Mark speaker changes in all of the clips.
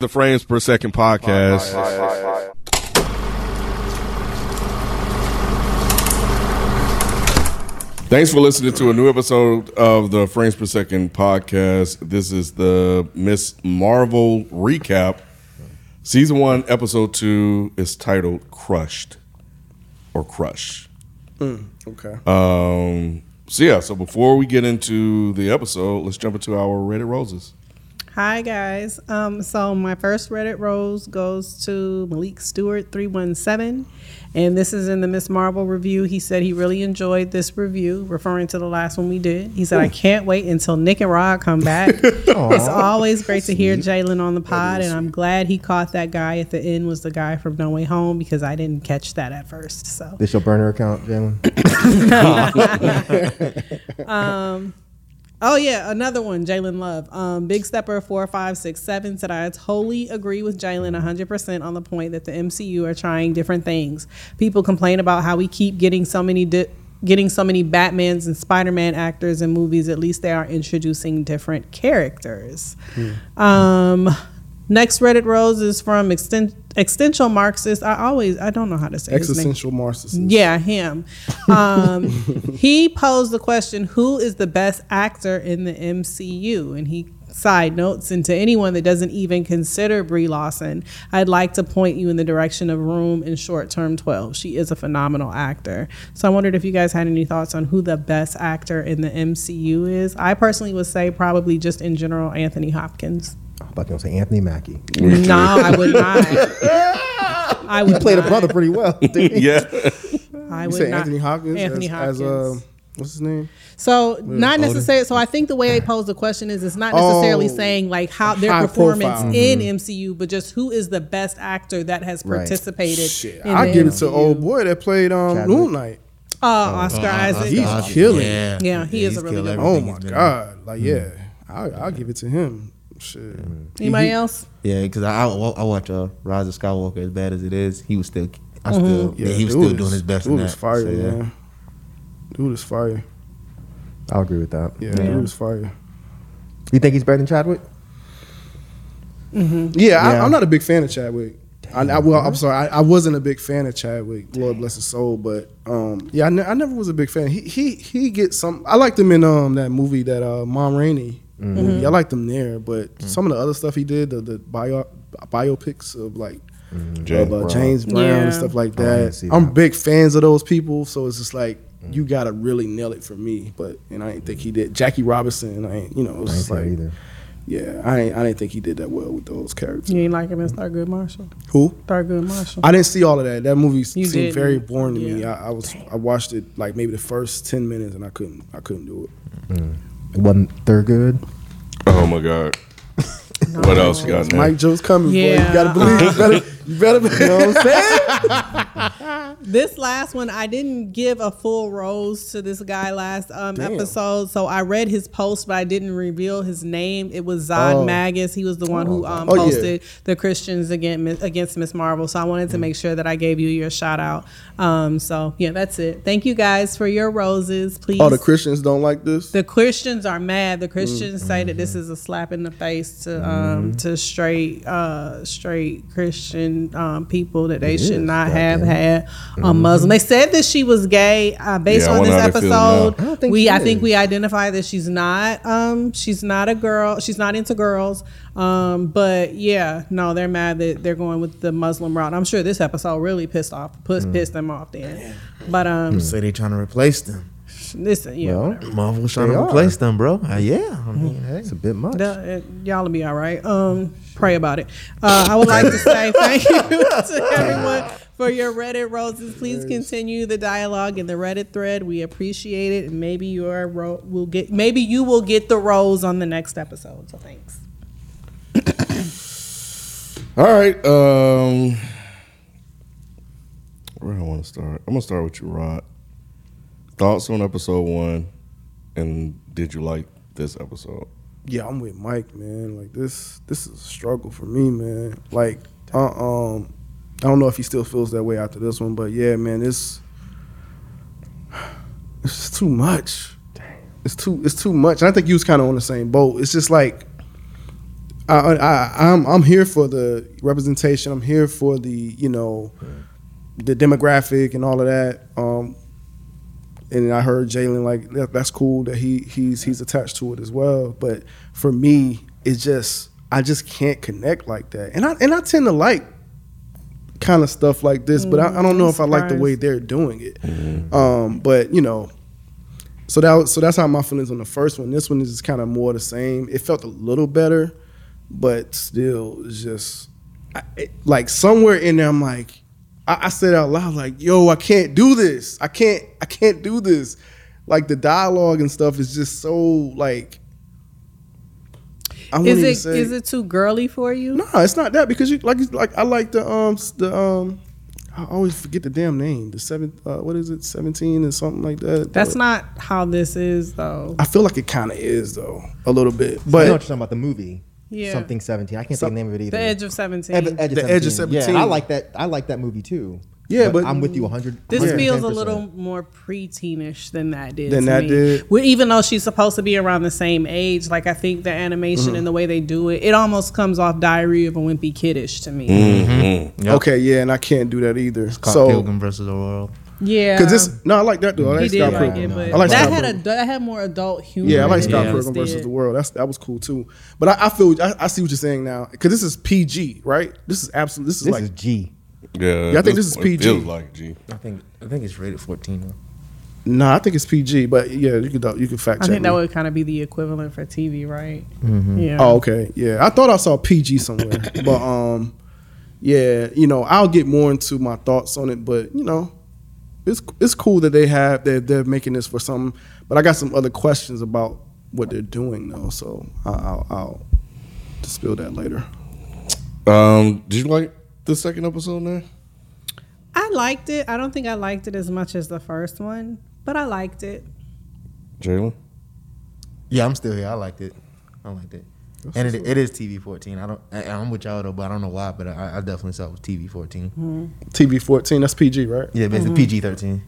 Speaker 1: The Frames Per Second podcast. Thanks for listening to a new episode of the Frames Per Second podcast. This is the Miss Marvel recap. Season one, episode two is titled Crushed or Crush.
Speaker 2: Okay.
Speaker 3: Uh,
Speaker 1: Um, so, yeah, so before we get into the episode, let's jump into our Reddit Roses.
Speaker 4: Hi guys. Um, so my first Reddit rose goes to Malik Stewart three one seven, and this is in the Miss Marvel review. He said he really enjoyed this review, referring to the last one we did. He said, "I can't wait until Nick and Rod come back. it's always great to hear Jalen on the pod, and I'm glad he caught that guy at the end was the guy from No Way Home because I didn't catch that at first. So
Speaker 3: This your burner account, Jalen?
Speaker 4: Oh yeah, another one, Jalen Love. Um, Big Stepper four five six seven said I totally agree with Jalen hundred percent on the point that the MCU are trying different things. People complain about how we keep getting so many di- getting so many Batman's and Spider Man actors in movies. At least they are introducing different characters. Um, next Reddit rose is from Exten- Existential Marxist. I always I don't know how to say his name.
Speaker 2: Existential narcissist.
Speaker 4: Yeah, him. Um, he posed the question, "Who is the best actor in the MCU?" And he side notes, "And to anyone that doesn't even consider Brie Lawson, I'd like to point you in the direction of Room and Short Term 12. She is a phenomenal actor." So I wondered if you guys had any thoughts on who the best actor in the MCU is. I personally would say probably just in general Anthony Hopkins.
Speaker 3: I'm about to say Anthony Mackie.
Speaker 4: No, I would not. I would
Speaker 3: Played a
Speaker 4: not.
Speaker 3: brother pretty well. didn't he?
Speaker 1: Yeah.
Speaker 4: I
Speaker 2: You
Speaker 4: would
Speaker 2: say
Speaker 4: not.
Speaker 2: Anthony Hopkins.
Speaker 4: Anthony
Speaker 2: as, As,
Speaker 4: Hopkins.
Speaker 2: uh, what's his name?
Speaker 4: So not necessarily. So I think the way they pose the question is, it's not necessarily
Speaker 2: Oh.
Speaker 4: saying like how their
Speaker 2: High
Speaker 4: performance
Speaker 2: profile. Mm-hmm.
Speaker 4: in MCU, but just who is the best actor that has
Speaker 3: Right.
Speaker 4: participated.
Speaker 2: Shit,
Speaker 4: in
Speaker 2: I
Speaker 4: the
Speaker 2: give it to
Speaker 4: MCU.
Speaker 2: old boy that played um
Speaker 3: Chadwick.
Speaker 2: Moon Knight.
Speaker 4: uh, Oscar Isaac.
Speaker 2: He's killing.
Speaker 5: Yeah,
Speaker 4: Yeah, he is a really
Speaker 5: killed
Speaker 4: good
Speaker 2: Oh
Speaker 5: everything
Speaker 2: my
Speaker 5: he's been in.
Speaker 2: god! Like yeah,
Speaker 3: Mm-hmm.
Speaker 2: I, I'll give it to him. Shit.
Speaker 4: Mm-hmm. Anybody
Speaker 2: He-
Speaker 4: else?
Speaker 5: Yeah, because I, I wa- I watch uh, Rise of Skywalker as bad as it is. He was still, I still, yeah, he was
Speaker 2: dude
Speaker 5: still
Speaker 2: is-
Speaker 5: doing his best.
Speaker 2: Dude
Speaker 5: in that.
Speaker 2: is fire,
Speaker 5: So, yeah.
Speaker 2: man. Dude is fire.
Speaker 3: I'll agree with that.
Speaker 2: Yeah,
Speaker 5: Yeah.
Speaker 2: dude is fire.
Speaker 3: You think he's better than Chadwick?
Speaker 2: Yeah, I,
Speaker 3: Yeah.
Speaker 2: I'm not a big fan of Chadwick. I, I well, I'm sorry, I, I wasn't a big fan of Chadwick. Lord bless his soul, but um, yeah, I, ne- I never was a big fan. He he he gets some. I liked him in um that movie that uh Mom Rainey.
Speaker 3: Mm-hmm.
Speaker 2: Movie. I liked him there, but some of the other stuff he did, the, the bio biopics of like
Speaker 1: James
Speaker 3: Mm-hmm.
Speaker 2: of, uh,
Speaker 1: Brown.
Speaker 2: James Brown
Speaker 4: Yeah.
Speaker 2: and stuff like
Speaker 3: Oh, I didn't
Speaker 2: that.
Speaker 3: see
Speaker 2: I'm
Speaker 3: that. Mm-hmm.
Speaker 2: big fans of those people, so it's just like you gotta really nail it for me. But and I didn't think he did. Jackie Robinson, I ain't, you know, it was
Speaker 3: I ain't
Speaker 2: just
Speaker 3: say
Speaker 2: like
Speaker 3: either.
Speaker 2: yeah, I ain't, I didn't think he did that well with those characters.
Speaker 4: You ain't like him as Thurgood Marshall.
Speaker 2: Who?
Speaker 4: Thurgood Marshall.
Speaker 2: I didn't see all of that. That movie seemed
Speaker 4: didn't.
Speaker 2: very boring to me.
Speaker 4: Yeah.
Speaker 2: I, I was I watched it like maybe the first ten minutes and I couldn't I couldn't do it.
Speaker 3: It wasn't Thurgood.
Speaker 1: Oh my God. What else you got? Nate?
Speaker 2: Mike Joe's coming, boy.
Speaker 4: Yeah,
Speaker 2: You gotta believe. You better. You better. You know what I'm saying?
Speaker 4: This last one, I didn't give a full rose to this guy last um,
Speaker 2: Damn.
Speaker 4: episode, so I read his post, but I didn't reveal his name. It was Zod
Speaker 2: Oh.
Speaker 4: Magus. He was the one who um,
Speaker 2: Oh, yeah.
Speaker 4: posted the Christians against against Miss Marvel. So I wanted to
Speaker 2: Mm.
Speaker 4: make sure that I gave you your shout out. Um, so yeah, that's it. Thank you guys for your roses. Please,
Speaker 2: Oh, the Christians don't like this.
Speaker 4: the Christians are mad. The
Speaker 3: Mm,
Speaker 4: Christians say that
Speaker 3: mm-hmm.
Speaker 4: this is a slap in the face to um to straight uh straight Christian um people that they should
Speaker 3: is, Mm-hmm.
Speaker 4: not have
Speaker 3: goddamn.
Speaker 4: had a Muslim. They said that she was gay uh, based
Speaker 1: Yeah, I
Speaker 4: on this
Speaker 1: wonder how they feel
Speaker 4: episode.
Speaker 3: now. I don't think
Speaker 4: we
Speaker 3: she
Speaker 4: I think
Speaker 3: is.
Speaker 4: we identified that she's not um she's not a girl. She's not into girls. Um, but yeah, no, they're mad that they're going with the Muslim route. I'm sure this episode really pissed off pissed,
Speaker 3: Mm.
Speaker 4: pissed them off then. But um,
Speaker 5: Say they trying to replace them.
Speaker 4: listen, yeah,
Speaker 3: Well,
Speaker 5: Marvel's trying
Speaker 3: They
Speaker 5: to
Speaker 3: are.
Speaker 5: replace them, bro. Uh, yeah, I mean, hey.
Speaker 3: It's a bit much.
Speaker 4: The- it- eh, y'all will be all right. Um, pray about it. Uh, I would like to say thank you to everyone for your Reddit roses. Please continue the dialogue in the Reddit thread. We appreciate it, and maybe your ro- will get maybe you will get the rose on the next episode. So thanks.
Speaker 1: All right. Um, where do I want to start? I'm gonna start with you, Rod. Thoughts on episode one, and did you like this episode?
Speaker 2: Yeah, I'm with Mike, man. Like this, this is a struggle for me, man. Like, uh, um, I don't know if he still feels that way after this one, but yeah, man, it's it's just too much. It's too it's too much. And I think you was kind of on the same boat. It's just like I, I, I'm I'm here for the representation. I'm here for the you know, the demographic and all of that. Um, and I heard Jalen like that, that's cool that he he's he's attached to it as well. But for me, it's just I just can't connect like that. And I and I tend to like kind of stuff like this, but I, I don't know if I like the
Speaker 4: surprised.
Speaker 2: way they're doing it. Um, but you know, so that was, so that's how my feelings on the first one. This one is just kind of more the same. It felt a little better, but still it's just I, it, like somewhere in there. I'm like, I, I said out loud, like, "Yo, I can't do this. I can't. I can't do this." Like the dialogue and stuff is just so like. I won't
Speaker 4: Is
Speaker 2: even
Speaker 4: it is
Speaker 2: say-
Speaker 4: it too girly for you?
Speaker 2: no, it's not that because you like like I like the um s- the um I always forget the damn name the seven uh, what is it seventeen and something like that.
Speaker 4: That's
Speaker 2: But
Speaker 4: not how this is though.
Speaker 2: I feel like it kind of is though a little bit,
Speaker 3: But, you know what
Speaker 2: but
Speaker 3: you're talking about the movie.
Speaker 4: Yeah.
Speaker 3: Something 17. I can't
Speaker 2: Some-
Speaker 3: think of the name of it either.
Speaker 4: The Edge of Seventeen.
Speaker 3: Ed- Edge of
Speaker 2: The Edge of
Speaker 3: Yeah,
Speaker 2: 17.
Speaker 3: and I like that. I like that movie too.
Speaker 2: Yeah, but-
Speaker 3: I'm with you 100.
Speaker 4: this feels a
Speaker 3: 110%.
Speaker 4: little more preteenish than that did.
Speaker 2: Than
Speaker 4: to
Speaker 2: that
Speaker 4: me.
Speaker 2: did?
Speaker 4: Well, even though she's supposed to be around the same age, like I think the animation
Speaker 2: Mm-hmm.
Speaker 4: and the way they do it, it almost comes off Diary of a Wimpy Kiddish to me.
Speaker 2: Mm.
Speaker 1: Mm-hmm.
Speaker 5: Yep.
Speaker 2: okay, yeah, and I can't do that either.
Speaker 5: Called
Speaker 2: So
Speaker 5: Pilgrim versus the World.
Speaker 4: Yeah,
Speaker 2: because this no, I like that though. I
Speaker 4: he
Speaker 2: like
Speaker 4: did
Speaker 2: Scott
Speaker 4: like
Speaker 2: Pilgrim.
Speaker 4: it, but
Speaker 2: I like
Speaker 4: that
Speaker 2: Scott
Speaker 4: had
Speaker 2: Pilgrim.
Speaker 4: a that had more adult humor.
Speaker 2: Yeah, I like
Speaker 4: in it
Speaker 2: Scott
Speaker 4: than
Speaker 2: Pilgrim
Speaker 4: this
Speaker 2: versus
Speaker 4: did.
Speaker 2: the World. That's that was cool too. But I, I feel I, I see what you're saying now because this is PG, right? This is absolute. This is
Speaker 3: This
Speaker 2: like
Speaker 3: is G.
Speaker 1: Yeah,
Speaker 2: Yeah, I think this is
Speaker 1: what
Speaker 2: PG.
Speaker 1: Feels like G.
Speaker 5: I think I think it's rated 14. Though.
Speaker 2: no, I think it's PG. But yeah, you could you could fact
Speaker 4: I
Speaker 2: check.
Speaker 4: think
Speaker 2: me.
Speaker 4: that would kind of be the equivalent for TV, right? Yeah.
Speaker 2: Oh, okay. Yeah. I thought I saw PG somewhere. but um yeah, you know, I'll get more into my thoughts on it, but you know, it's it's cool that they have that they're making this for something. But I got some other questions about what they're doing though, so I- I'll I'll spill that later.
Speaker 1: Um, did you like the second episode there?
Speaker 4: I liked it. I don't think I liked it as much as the first one, but I liked it.
Speaker 1: Jalen?
Speaker 5: Yeah, I'm still here. I liked it. I liked it. and it, it is TV 14. I don't. I, I'm with y'all though, but I don't know why. But I, I definitely saw it was TV 14.
Speaker 2: TV fourteen, that's PG, right?
Speaker 5: Yeah, basically PG 13.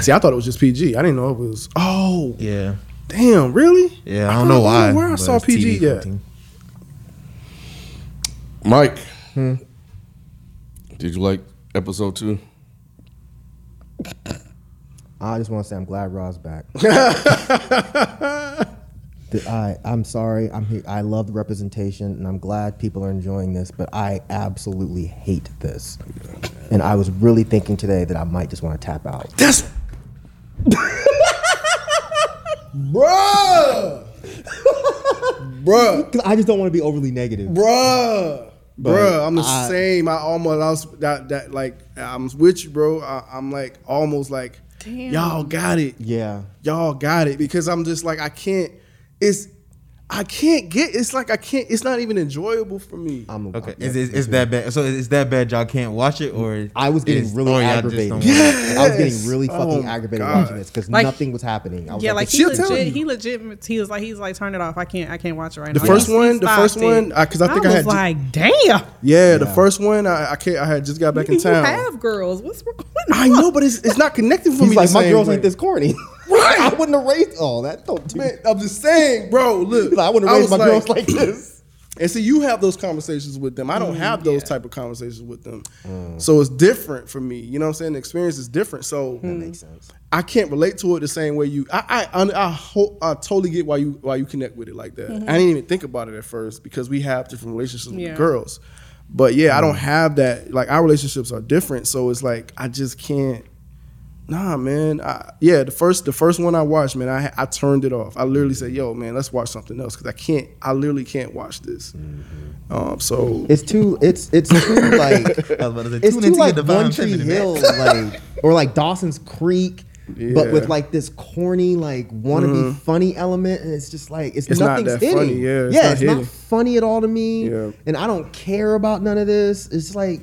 Speaker 2: See, I thought it was just PG. I didn't know it was oh
Speaker 5: Yeah.
Speaker 2: damn, really?
Speaker 5: Yeah,
Speaker 2: I
Speaker 5: I, don't
Speaker 2: thought-
Speaker 5: know
Speaker 2: I
Speaker 5: why.
Speaker 2: don't know where I
Speaker 5: but
Speaker 2: saw
Speaker 5: it's
Speaker 2: PG yet.
Speaker 5: TV-14.
Speaker 1: Mike. Hmm. Did you like episode two?
Speaker 3: I just want to say I'm glad Rod's back. The- I, I'm sorry. I'm here. I love the representation, and I'm glad people are enjoying this. But I absolutely hate this, and I was really thinking today that I might just want to tap out.
Speaker 2: That's Bruh Bruh
Speaker 3: 'Cause I just don't want to be overly negative.
Speaker 2: bruh. bruh, I'm the
Speaker 3: I-
Speaker 2: same. I almost I was that that like I'm with you, bro. I, I'm like almost like
Speaker 4: Damn.
Speaker 2: y'all got it.
Speaker 3: Yeah,
Speaker 2: Y'all got it because I'm just like I can't. It's I can't get. It's like I can't. It's not even enjoyable for me.
Speaker 3: I'm
Speaker 5: Okay, is it's, it's that bad. So it's that bad. Y'all can't watch it, or
Speaker 3: I was getting
Speaker 5: it's-
Speaker 3: really
Speaker 5: or y'all oh, just
Speaker 3: aggravated.
Speaker 5: don't want
Speaker 3: Yes. I was
Speaker 2: Yes.
Speaker 3: getting really fucking
Speaker 2: Oh,
Speaker 3: aggravated
Speaker 2: God.
Speaker 3: watching this because
Speaker 4: Like-
Speaker 3: nothing was happening. I was
Speaker 4: Yeah, like
Speaker 3: this
Speaker 4: he
Speaker 2: she'll tell
Speaker 4: legit,
Speaker 2: you.
Speaker 4: he legit, he was like, he's like, turn it off. I can't, I can't watch it right
Speaker 2: The
Speaker 4: now.
Speaker 2: first
Speaker 4: He
Speaker 2: one- the
Speaker 4: stopped
Speaker 2: first
Speaker 4: it.
Speaker 2: one, I- 'cause I think I had
Speaker 4: was
Speaker 2: ju-
Speaker 4: like, damn,
Speaker 2: Yeah, the first one I, I can't. I had just got back
Speaker 4: you
Speaker 2: in town.
Speaker 4: have girls. What's wrong?
Speaker 2: I know, but it's it's not connecting for
Speaker 3: He's
Speaker 2: me.
Speaker 3: like,
Speaker 2: the
Speaker 3: my
Speaker 2: same
Speaker 3: girls
Speaker 2: way.
Speaker 3: ain't this corny.
Speaker 2: Right.
Speaker 3: I wouldn't have raised all that. Don't do
Speaker 2: Man, I'm just saying, bro. Look,
Speaker 3: He's like, I wouldn't raise
Speaker 2: was
Speaker 3: my girls like this.
Speaker 2: And see, you have those conversations with them. I don't have those type of conversations with them.
Speaker 3: Mm.
Speaker 2: So it's different for me. You know what I'm saying? The experience is different. So
Speaker 3: sense.
Speaker 2: I can't relate to it the same way you. I I I, I, ho- I totally get why you why you connect with it like that. I didn't even think about it at first because we have different relationships
Speaker 4: Yeah.
Speaker 2: with girls. But yeah, I don't
Speaker 3: Mm.
Speaker 2: have that. Like our relationships are different. So it's like I just can't. Nah, man. I, yeah, the first the first one I watched, man, I I turned it off. I literally said, "Yo, man, let's watch something else," because I can't. I literally can't watch this. Um, so
Speaker 3: It's too. It's it's too like.
Speaker 5: I was about to say,
Speaker 3: it's
Speaker 5: tune
Speaker 3: too
Speaker 5: into your
Speaker 3: like
Speaker 5: divine
Speaker 3: One Tree
Speaker 5: feminine, man.
Speaker 3: Hill, like or like Dawson's Creek, but
Speaker 2: Yeah. Mm-hmm.
Speaker 3: with like this corny like wannabe funny element, and it's just like it's,
Speaker 2: It's not
Speaker 3: nothing's
Speaker 2: that
Speaker 3: hitting.
Speaker 2: funny, yeah, it's
Speaker 3: it's,
Speaker 2: not
Speaker 3: not,
Speaker 2: hitting.
Speaker 3: funny at all to me,
Speaker 2: Yeah.
Speaker 3: and I don't care about none of this. It's like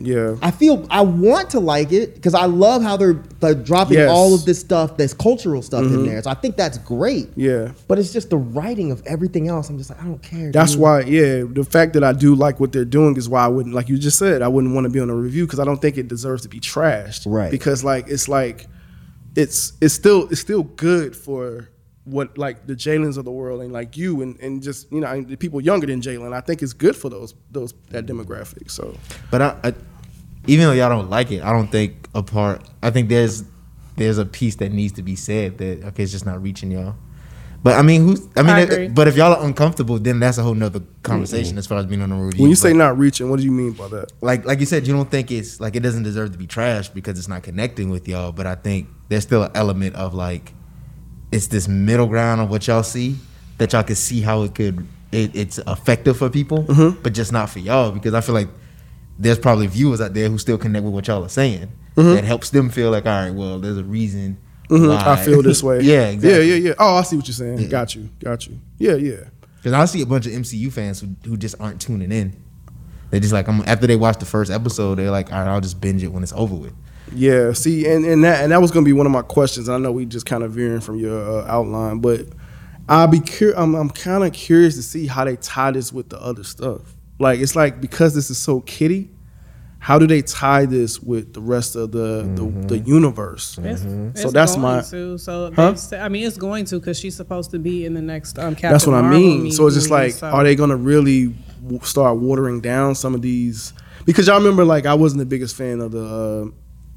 Speaker 2: yeah,
Speaker 3: I feel I want to like it because I love how they're like, dropping
Speaker 2: Yes. Mm-hmm.
Speaker 3: all of this stuff, this cultural stuff in there. So I think that's great.
Speaker 2: Yeah.
Speaker 3: but it's just the writing of everything else. I'm just like I don't care.
Speaker 2: That's
Speaker 3: dude.
Speaker 2: why, yeah, the fact that I do like what they're doing is why I wouldn't, like you just said, I wouldn't want to be on a review because I don't think it deserves to be trashed.
Speaker 3: Right.
Speaker 2: Because like it's like it's it's still it's still good for what like the Jalen's of the world and like you and, and just you know and the people younger than Jalen. I think it's good for those those that demographic. So
Speaker 5: But I, I, even though y'all don't like it, I don't think a part. I think there's there's a piece that needs to be said that okay, it's just not reaching y'all. But I mean, who's? I mean,
Speaker 4: I
Speaker 5: it-
Speaker 4: agree.
Speaker 5: but if y'all are uncomfortable, then that's a whole nother conversation as far as being on the road.
Speaker 2: when you say not reaching, what do you mean by that?
Speaker 5: like like you said, you don't think it's like it doesn't deserve to be trashed because it's not connecting with y'all. But I think there's still an element of like it's this middle ground of what y'all see that y'all can see how it could it, it's effective for people,
Speaker 2: Mm-hmm.
Speaker 5: but just not for y'all because I feel like there's probably viewers out there who still connect with what y'all are saying
Speaker 2: Mm-hmm.
Speaker 5: that helps them feel like all right, well, there's a reason.
Speaker 2: Mhm,
Speaker 5: why-
Speaker 2: I feel this way.
Speaker 5: yeah, exactly. Mm-hmm.
Speaker 2: Yeah, yeah, yeah. Oh, I see what you're saying. Got you. Got you. Yeah, yeah.
Speaker 5: Because I see a bunch of MCU fans who, who just aren't tuning in. They just like I'm after they watch the first episode, they're like, all right, I'll just binge it when it's over with.
Speaker 2: Yeah, see, and, and that and that was gonna be one of my questions. I know we just kind of veering from your uh, outline, but I'll be cur- I'm I'm kind of curious to see how they tie this with the other stuff. Like it's like because this is so kitty, how do they tie this with the rest of the the, the
Speaker 5: Mm-hmm.
Speaker 2: universe?
Speaker 4: It's- it's
Speaker 2: Mhm. So that's
Speaker 4: going
Speaker 2: my-
Speaker 4: To, so
Speaker 2: Huh?
Speaker 4: they've said- I mean, it's going to because she's supposed to be in the next um, Captain
Speaker 2: That's what I
Speaker 4: Marvel
Speaker 2: mean. So it's just
Speaker 4: movie,
Speaker 2: like,
Speaker 4: so-
Speaker 2: are they gonna really w- start watering down some of these? Because y'all remember, like, I wasn't the biggest fan of the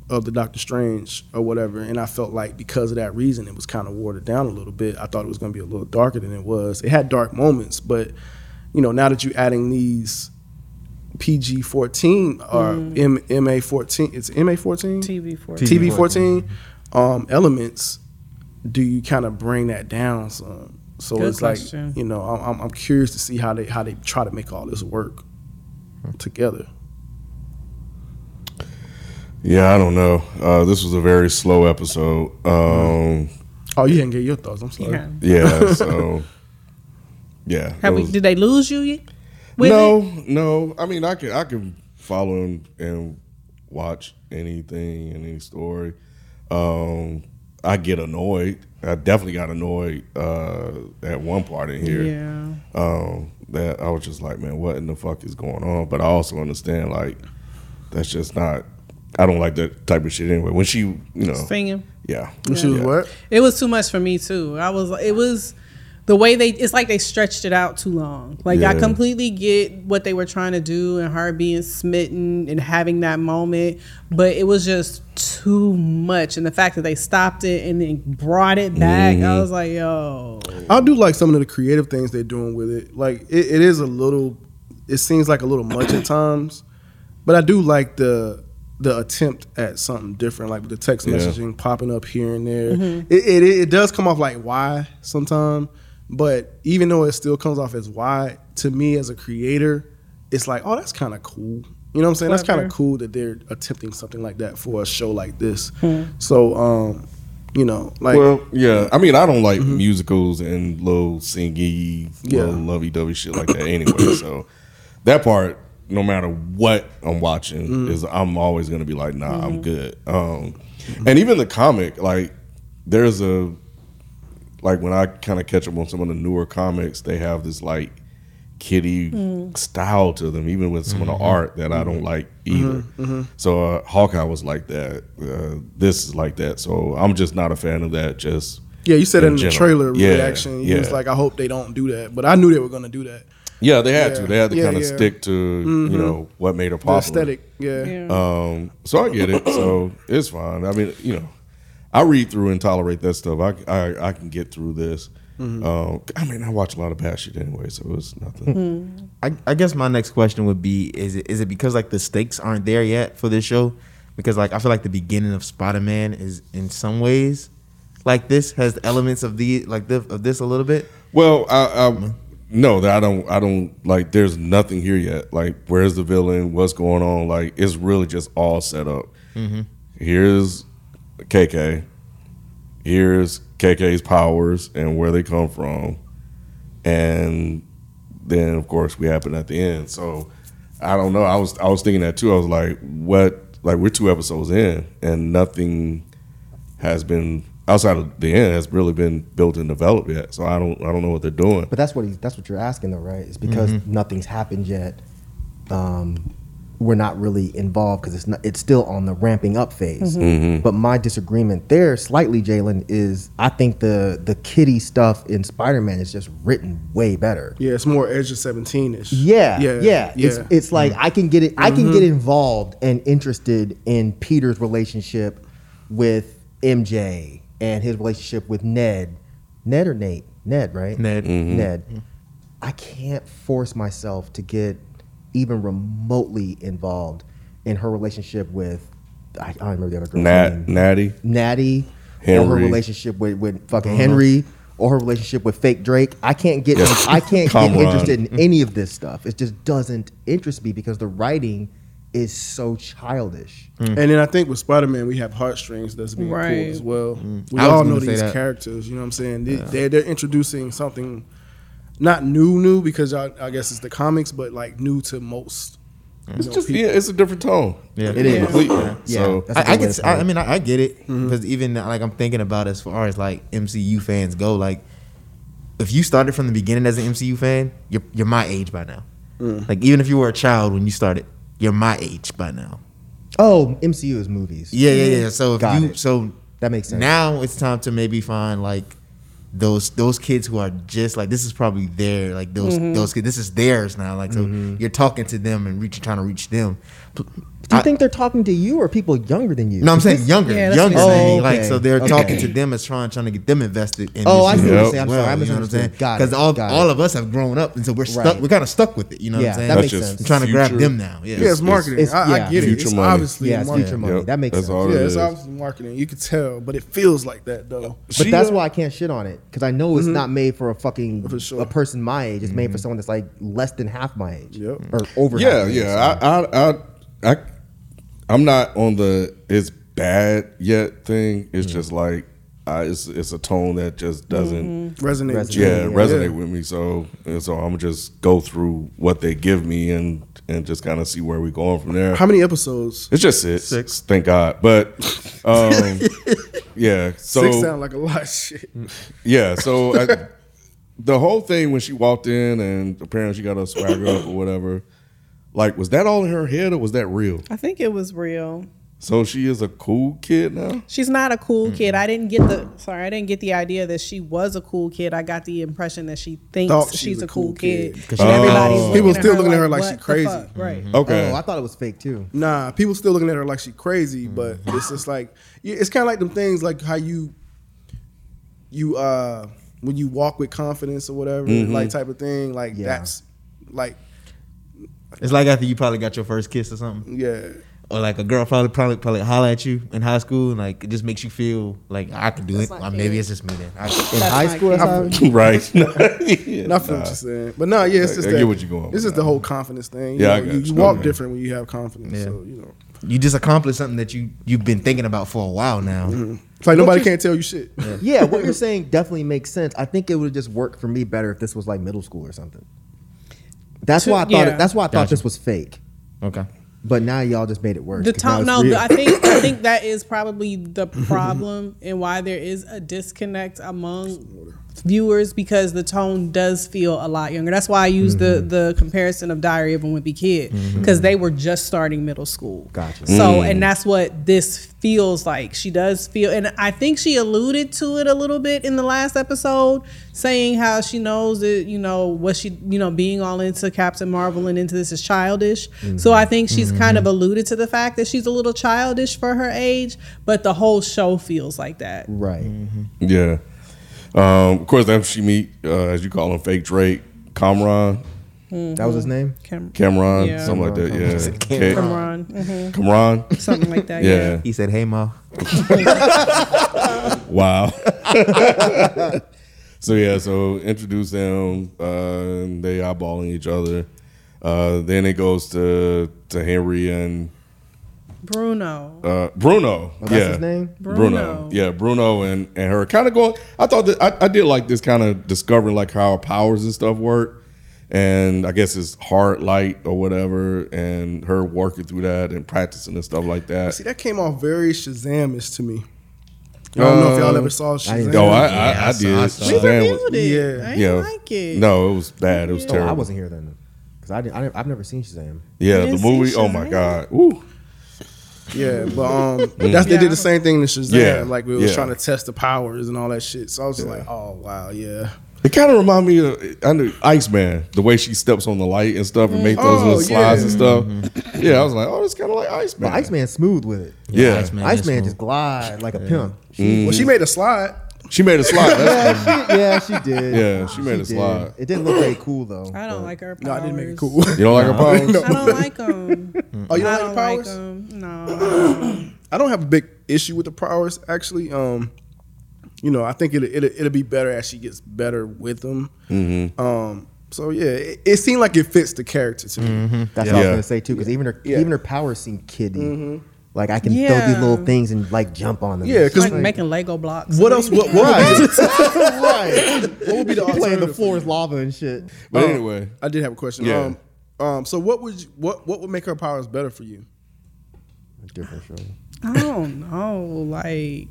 Speaker 2: uh, of the Doctor Strange or whatever, and I felt like because of that reason, it was kind of watered down a little bit. I thought it was gonna be a little darker than it was. It had dark moments, but you know, now that you're adding these PG fourteen or
Speaker 4: Mm.
Speaker 2: M- MA fourteen, it's MA fourteen.
Speaker 4: TV for?
Speaker 2: TV fourteen um, elements, do you kind of bring that down some? So
Speaker 4: Good
Speaker 2: it's
Speaker 4: question.
Speaker 2: like you know, I'm, I'm- I'm curious to see how they how they try to make all this work together.
Speaker 1: Yeah, I don't know. Uh, this was a very slow episode. Um,
Speaker 2: Oh, you didn't get your thoughts. I'm sorry.
Speaker 4: Yeah.
Speaker 1: yeah, so yeah.
Speaker 4: Have
Speaker 1: it
Speaker 4: we,
Speaker 1: was-
Speaker 4: did they lose you yet? with
Speaker 1: no, no. I mean, I can I can follow and, and watch anything and any story. Um, I get annoyed. I definitely got annoyed uh, at one part in
Speaker 4: it?
Speaker 1: here.
Speaker 4: Yeah.
Speaker 1: Um, that I was just like, man, what in the fuck is going on? But I also understand like that's just not. I don't like that type of shit anyway. When she, you know,
Speaker 4: Singing.
Speaker 1: yeah,
Speaker 2: Which is
Speaker 1: Yeah.
Speaker 2: what?
Speaker 4: It was too much for me too. I was it was the way they it's like they stretched it out too long. Like I
Speaker 1: Yeah.
Speaker 4: completely get what they were trying to do and her being smitten and having that moment, but it was just too much. And the fact that they stopped it and then brought it back,
Speaker 2: Mm-hmm.
Speaker 4: I was like, yo.
Speaker 2: I do like some of the creative things they're doing with it. Like it, it is a little, it seems like a little much at times, but I do like the the attempt at something different, like with the text
Speaker 1: Yeah.
Speaker 2: messaging popping up here and there. It, it it does come off like why sometimes, but even though it still comes off as why to me as a creator, it's like oh that's kind of cool. You know what I'm saying? That's kind
Speaker 4: Clever.
Speaker 2: of cool that they're attempting something like that for a show like this. So, um, you know, like Mm-hmm.
Speaker 1: well, yeah. I mean, I don't like musicals and little singy,
Speaker 2: Yeah.
Speaker 1: little lovey dovey shit like that anyway. so that part, no matter what I'm watching,
Speaker 2: Mm.
Speaker 1: is I'm always gonna be like, nah,
Speaker 2: Mm-hmm.
Speaker 1: I'm good. Um, and even the comic, like, there's a like when I kind of catch up on some of the newer comics, they have this like kitty style to them, even with some
Speaker 2: Mm-hmm.
Speaker 1: of the art that I don't like either. So uh, Hawkeye was like that. Uh, this is like that. So I'm just not a fan of that. Just
Speaker 2: Yeah, you said
Speaker 1: in
Speaker 2: in, the
Speaker 1: general.
Speaker 2: trailer
Speaker 1: Yeah,
Speaker 2: reaction. You
Speaker 1: yeah.
Speaker 2: was like, I hope they don't do that. But I knew they were gonna do that.
Speaker 1: yeah, they had
Speaker 2: Yeah,
Speaker 1: to. They had to
Speaker 2: yeah,
Speaker 1: kind of
Speaker 2: yeah. Mm-hmm.
Speaker 1: stick to you know what made her
Speaker 2: The
Speaker 1: popular.
Speaker 2: aesthetic. Yeah.
Speaker 4: Yeah.
Speaker 1: Um, so I get it. So it's fine. I mean, you know, I read through and tolerate that stuff. I I, I can get through this. Um, I mean, I watch a lot of bad shit anyway, so it's nothing.
Speaker 5: I, I guess my next question would be is it is it because like the stakes aren't there yet for this show? Because like I feel like the beginning of Spider Man is in some ways like this has elements of the like the, of this a little bit.
Speaker 1: Well, I, I no, that I don't. I don't like. There's nothing here yet. Like, where's the villain? What's going on? Like, it's really just all set up. Here's KK. Here's KK's powers and where they come from, and then of course we happen at the end. So I don't know. I was I was thinking that too. I was like, what? Like we're two episodes in and nothing has been outside of the end has really been built and developed yet. So I don't I don't know what they're doing.
Speaker 3: But that's what he's, that's what you're asking though, right? It's because nothing's happened yet. Um, we're not really involved because it's not it's still on the ramping up phase. But my disagreement there slightly, Jalen, is I think the the kitty stuff in Spider Man is just written way better.
Speaker 2: Yeah, it's more Edge of 17 ish.
Speaker 3: Yeah, yeah,
Speaker 2: yeah.
Speaker 3: It's, it's like I can get it. I can get involved and interested in Peter's relationship with MJ and his relationship with Ned, Ned or Nate, Ned, right?
Speaker 5: Ned.
Speaker 1: Mm-hmm.
Speaker 3: Ned. I can't force myself to get even remotely involved in her relationship with. I, I don't remember the other girl's
Speaker 1: Nat,
Speaker 3: name.
Speaker 1: Natty.
Speaker 3: Natty, or her
Speaker 1: Henry.
Speaker 3: relationship with, with fucking Henry, or her relationship with fake Drake. I can't get I can't get
Speaker 1: Kamran.
Speaker 3: interested in any of this stuff. It just doesn't interest me because the writing is so childish.
Speaker 2: And then I think with Spider Man, we have heartstrings that's being
Speaker 4: Right.
Speaker 2: pulled as well. We
Speaker 5: I was
Speaker 2: all
Speaker 5: gonna
Speaker 2: know
Speaker 5: say
Speaker 2: these
Speaker 5: that.
Speaker 2: characters. You know what I'm saying? They, they're, they're introducing something not new, new because I, I guess it's the comics, but like new to most. you
Speaker 1: It's
Speaker 2: know,
Speaker 1: just
Speaker 2: people.
Speaker 1: yeah, it's a different tone.
Speaker 5: Yeah.
Speaker 3: Mm-hmm. It is.
Speaker 1: completely.
Speaker 3: Yeah.
Speaker 1: So
Speaker 3: That's a
Speaker 5: I, I
Speaker 3: good way
Speaker 5: get.
Speaker 3: to put
Speaker 5: I, I
Speaker 3: it. Mm-hmm.
Speaker 5: mean, I, I get it because even like I'm thinking about as far as like MCU fans go, like if you started from the beginning as an MCU fan, you're you're my age by now.
Speaker 3: Mm.
Speaker 5: Like even if you were a child when you started, you're my age by now.
Speaker 3: Oh, MCU is movies.
Speaker 5: Yeah, yeah, yeah. So
Speaker 3: Mm.
Speaker 5: if
Speaker 3: Got
Speaker 5: you
Speaker 3: it.
Speaker 5: so
Speaker 3: That makes sense.
Speaker 5: now it's time to maybe find like those those kids who are just like this is probably their like those
Speaker 3: Mm-hmm.
Speaker 5: those kids this is theirs now like so you're talking to them and reaching trying to reach them. P-
Speaker 3: Do you
Speaker 5: I-
Speaker 3: think they're talking to you or people younger than you?
Speaker 5: no, I'm
Speaker 3: Is
Speaker 5: saying
Speaker 3: this-
Speaker 5: younger,
Speaker 4: Yeah, that's
Speaker 5: younger.
Speaker 3: what I'm
Speaker 5: than
Speaker 3: saying.
Speaker 5: me. Like
Speaker 3: Okay.
Speaker 5: so, they're
Speaker 3: Okay.
Speaker 5: talking to them as trying trying to get them invested. in
Speaker 3: Oh,
Speaker 5: this
Speaker 3: I see what
Speaker 1: you're
Speaker 5: as
Speaker 1: saying.
Speaker 3: I'm
Speaker 5: well,
Speaker 3: sorry, I
Speaker 5: you know what I'm saying.
Speaker 3: misunderstood. Got it,
Speaker 5: Because all
Speaker 3: got it.
Speaker 5: all of us have grown up, and so we're stuck.
Speaker 3: Right.
Speaker 5: We're kind of stuck with it. You know
Speaker 3: Yeah,
Speaker 5: what I'm saying?
Speaker 3: that
Speaker 1: That's
Speaker 3: makes
Speaker 1: just
Speaker 3: sense.
Speaker 5: I'm trying to grab
Speaker 1: future-
Speaker 5: them now. Yeah,
Speaker 2: Yeah, it's marketing.
Speaker 3: it's-
Speaker 2: I,
Speaker 3: yeah.
Speaker 2: I get it.
Speaker 1: Future
Speaker 2: It's
Speaker 1: money.
Speaker 2: obviously
Speaker 3: Yeah, it's
Speaker 2: marketing.
Speaker 3: future money. That makes
Speaker 1: That's
Speaker 3: sense.
Speaker 1: all
Speaker 2: Yeah,
Speaker 1: it
Speaker 2: it's
Speaker 1: is.
Speaker 2: obviously marketing. You can tell, but it feels like that though. uh,
Speaker 3: But
Speaker 1: She-
Speaker 3: that's why I can't shit on it because I know it's not made for a fucking
Speaker 2: Mm-hmm. For sure.
Speaker 3: a person my age. It's made for someone that's like less than half my age
Speaker 2: Yep.
Speaker 3: or over. half
Speaker 1: Yeah,
Speaker 3: my age,
Speaker 1: yeah. I, I, I, I, I'm not on the it's bad yet thing. It's just like I, it's it's a tone that just doesn't
Speaker 2: Resonate. with you.
Speaker 1: yeah
Speaker 3: Yeah.
Speaker 1: resonate with me. So and so I'm just go through what they give me and and just kind of see where we going from there.
Speaker 2: How many episodes?
Speaker 1: It's just six. Thank God. But um, yeah. So
Speaker 2: Six sound like a lot of shit.
Speaker 1: yeah. So I, the whole thing when she walked in and apparently she got a swagger up or whatever. Like, was that all in her head or was that real?
Speaker 4: I think it was real.
Speaker 1: So she is a cool kid now.
Speaker 4: She's not a cool
Speaker 2: Mm-hmm.
Speaker 4: kid. I didn't get the sorry, I didn't get the idea that she was a cool kid. I got the impression that she thinks
Speaker 2: Thought
Speaker 4: she's,
Speaker 2: she was
Speaker 4: a cool kid.
Speaker 2: Because
Speaker 4: And
Speaker 1: she-
Speaker 4: everybody's
Speaker 1: Oh.
Speaker 4: looking
Speaker 2: People
Speaker 4: at
Speaker 2: still
Speaker 4: her
Speaker 2: looking at her like
Speaker 4: "What
Speaker 2: she
Speaker 4: the
Speaker 2: crazy." Mm-hmm.
Speaker 4: fuck?" Right.
Speaker 1: Okay.
Speaker 3: Oh, I thought it was fake too.
Speaker 2: Nah, people still looking at her like she crazy, but
Speaker 1: Mm-hmm.
Speaker 2: it's just like yeah, it's kind of like them things like how you you uh when you walk with confidence or whatever
Speaker 1: Mm-hmm.
Speaker 2: like type of thing like
Speaker 3: Yeah.
Speaker 2: that's like
Speaker 5: it's like after you probably got your first kiss or something,
Speaker 2: yeah
Speaker 5: or like a girl probably probably probably holler at you in high school, and like it just makes you feel like I could do it.
Speaker 4: my
Speaker 5: Or maybe
Speaker 4: kid.
Speaker 5: it's just me then. I,
Speaker 3: In high school,
Speaker 4: kid.
Speaker 3: that's how-
Speaker 1: right.
Speaker 2: nothing what you're saying but no yeah it's
Speaker 1: I-
Speaker 2: just
Speaker 1: I
Speaker 2: that,
Speaker 1: get what you're going with
Speaker 2: it's just
Speaker 1: that.
Speaker 2: the whole confidence thing
Speaker 1: Yeah, I
Speaker 2: you, know,
Speaker 1: got
Speaker 2: you,
Speaker 1: you.
Speaker 2: you walk
Speaker 1: Okay.
Speaker 2: different when you have confidence
Speaker 5: Yeah.
Speaker 2: so you know
Speaker 5: you just accomplished something that you you've been thinking about for a while now.
Speaker 2: it's like nobody can't tell you shit
Speaker 3: yeah, what you're saying definitely makes sense. I think it would just work for me better if this was like middle school or something. That's
Speaker 4: To-
Speaker 3: why I thought
Speaker 4: yeah.
Speaker 3: it, that's why I thought
Speaker 5: Gotcha.
Speaker 3: this was fake.
Speaker 5: Okay.
Speaker 3: But now y'all just made it worse.
Speaker 4: The
Speaker 3: 'cause now
Speaker 4: tone,
Speaker 3: it's
Speaker 4: no,
Speaker 3: real.
Speaker 4: the- I think I think that is probably the problem and why there is a disconnect among viewers because the tone does feel a lot younger. That's why I use
Speaker 3: Mm-hmm.
Speaker 4: the the comparison of Diary of a Wimpy Kid because they were just starting middle school.
Speaker 3: Gotcha.
Speaker 4: So,
Speaker 1: Mm.
Speaker 4: and that's what this feels like. She does feel, and I think she alluded to it a little bit in the last episode, saying how she knows that, you know, what she, you know, being all into Captain Marvel and into this is childish. So I think she's
Speaker 1: Mm-hmm.
Speaker 4: kind of alluded to the fact that she's a little childish for her age, but the whole show feels like that.
Speaker 3: right.
Speaker 4: Mm-hmm.
Speaker 1: yeah. Um, of course, after she meet, uh, as you call him, fake Drake, Kamran,
Speaker 3: That was his name.
Speaker 4: Cam-
Speaker 1: Cameron,
Speaker 4: Yeah.
Speaker 1: something like that. Yeah. K-
Speaker 4: Cameron,
Speaker 2: Uh-huh. Mm-hmm.
Speaker 4: mhm,
Speaker 1: Cameron.
Speaker 4: something like that.
Speaker 1: Yeah.
Speaker 5: He said, "Hey, ma."
Speaker 1: Wow. so yeah, so introduce them. Uh, and they eyeballing each other. Uh, then it goes to to Henry and
Speaker 4: Bruno.
Speaker 1: uh, Bruno.
Speaker 3: that's
Speaker 1: yeah.
Speaker 3: his name?
Speaker 1: Bruno.
Speaker 4: Bruno.
Speaker 1: Yeah, Bruno and, and her kind of going. I thought that I, I did like this kind of discovering like how our powers and stuff work. And I guess it's hard light or whatever, and her working through that and practicing and stuff like that.
Speaker 2: see that came off very Shazamish to me I don't know if y'all
Speaker 1: Uh,
Speaker 2: ever saw Shazam
Speaker 3: didn't-
Speaker 1: No, I,
Speaker 5: Yeah,
Speaker 1: I,
Speaker 5: I
Speaker 1: I
Speaker 5: saw-
Speaker 1: did.
Speaker 5: I saw
Speaker 4: we
Speaker 1: Shazam was-
Speaker 4: reviewed it.
Speaker 2: Yeah.
Speaker 4: I didn't
Speaker 1: yeah.
Speaker 4: like it.
Speaker 1: No, it was bad. It was
Speaker 3: Oh,
Speaker 1: terrible.
Speaker 3: I wasn't here then. because I didn't, I didn't, I've never seen Shazam.
Speaker 1: Yeah, the
Speaker 4: Yes,
Speaker 1: movie.
Speaker 4: you
Speaker 1: Oh my
Speaker 4: should.
Speaker 1: god. Woo.
Speaker 2: Yeah, but um, but that's they
Speaker 4: Yeah.
Speaker 2: did the same thing to Shazam.
Speaker 1: Yeah,
Speaker 2: Like we was
Speaker 1: yeah.
Speaker 2: trying to test the powers and all that shit. So I was just like, oh wow, yeah.
Speaker 1: It kind of remind me of I knew Iceman, the way she steps on the light and stuff and make
Speaker 4: Mm.
Speaker 1: those
Speaker 2: Oh,
Speaker 1: little slides
Speaker 2: yeah.
Speaker 1: and stuff. Yeah, I was like, oh, it's kind of like Iceman.
Speaker 3: Mm-hmm. But Iceman's smooth with it.
Speaker 1: Yeah.
Speaker 5: Iceman is
Speaker 3: Iceman
Speaker 5: smooth.
Speaker 3: just glide like a pimp. She,
Speaker 2: Well, she made a slide.
Speaker 1: She made a slide. That's-
Speaker 3: yeah, she, yeah, she did.
Speaker 1: Yeah, she made a slide.
Speaker 3: It didn't look very cool though.
Speaker 4: I don't like her. Powers.
Speaker 2: No, I didn't make it cool.
Speaker 1: you don't like her
Speaker 3: Uh-huh.
Speaker 1: powers?
Speaker 4: I don't like them.
Speaker 2: Oh, you don't
Speaker 4: I
Speaker 2: like
Speaker 4: don't
Speaker 2: the
Speaker 4: like
Speaker 2: powers?
Speaker 4: them. No.
Speaker 2: I don't have a big issue with the powers actually. Um, you know, I think it it it'll be better as she gets better with them. Um, so yeah, it, it seemed like it fits the character to me.
Speaker 3: That's what I
Speaker 1: Yeah.
Speaker 3: was gonna say too, because even her
Speaker 2: Yeah.
Speaker 3: even her powers seem kiddie. Like I can throw
Speaker 4: Mm-hmm. Yeah.
Speaker 3: these little things and like jump on them.
Speaker 2: Yeah,
Speaker 3: It's
Speaker 2: because
Speaker 4: like making Lego blocks.
Speaker 2: what else? What, what, would be the-
Speaker 3: right.
Speaker 2: what would be the
Speaker 3: Playing the
Speaker 2: alternative?
Speaker 3: floor is lava and shit.
Speaker 1: But
Speaker 4: Oh.
Speaker 2: Um,
Speaker 1: anyway,
Speaker 2: I did have a question.
Speaker 1: Yeah.
Speaker 2: Um, um, so what would you, what what would make her powers better for you?
Speaker 3: Different show.
Speaker 4: I don't know. Like,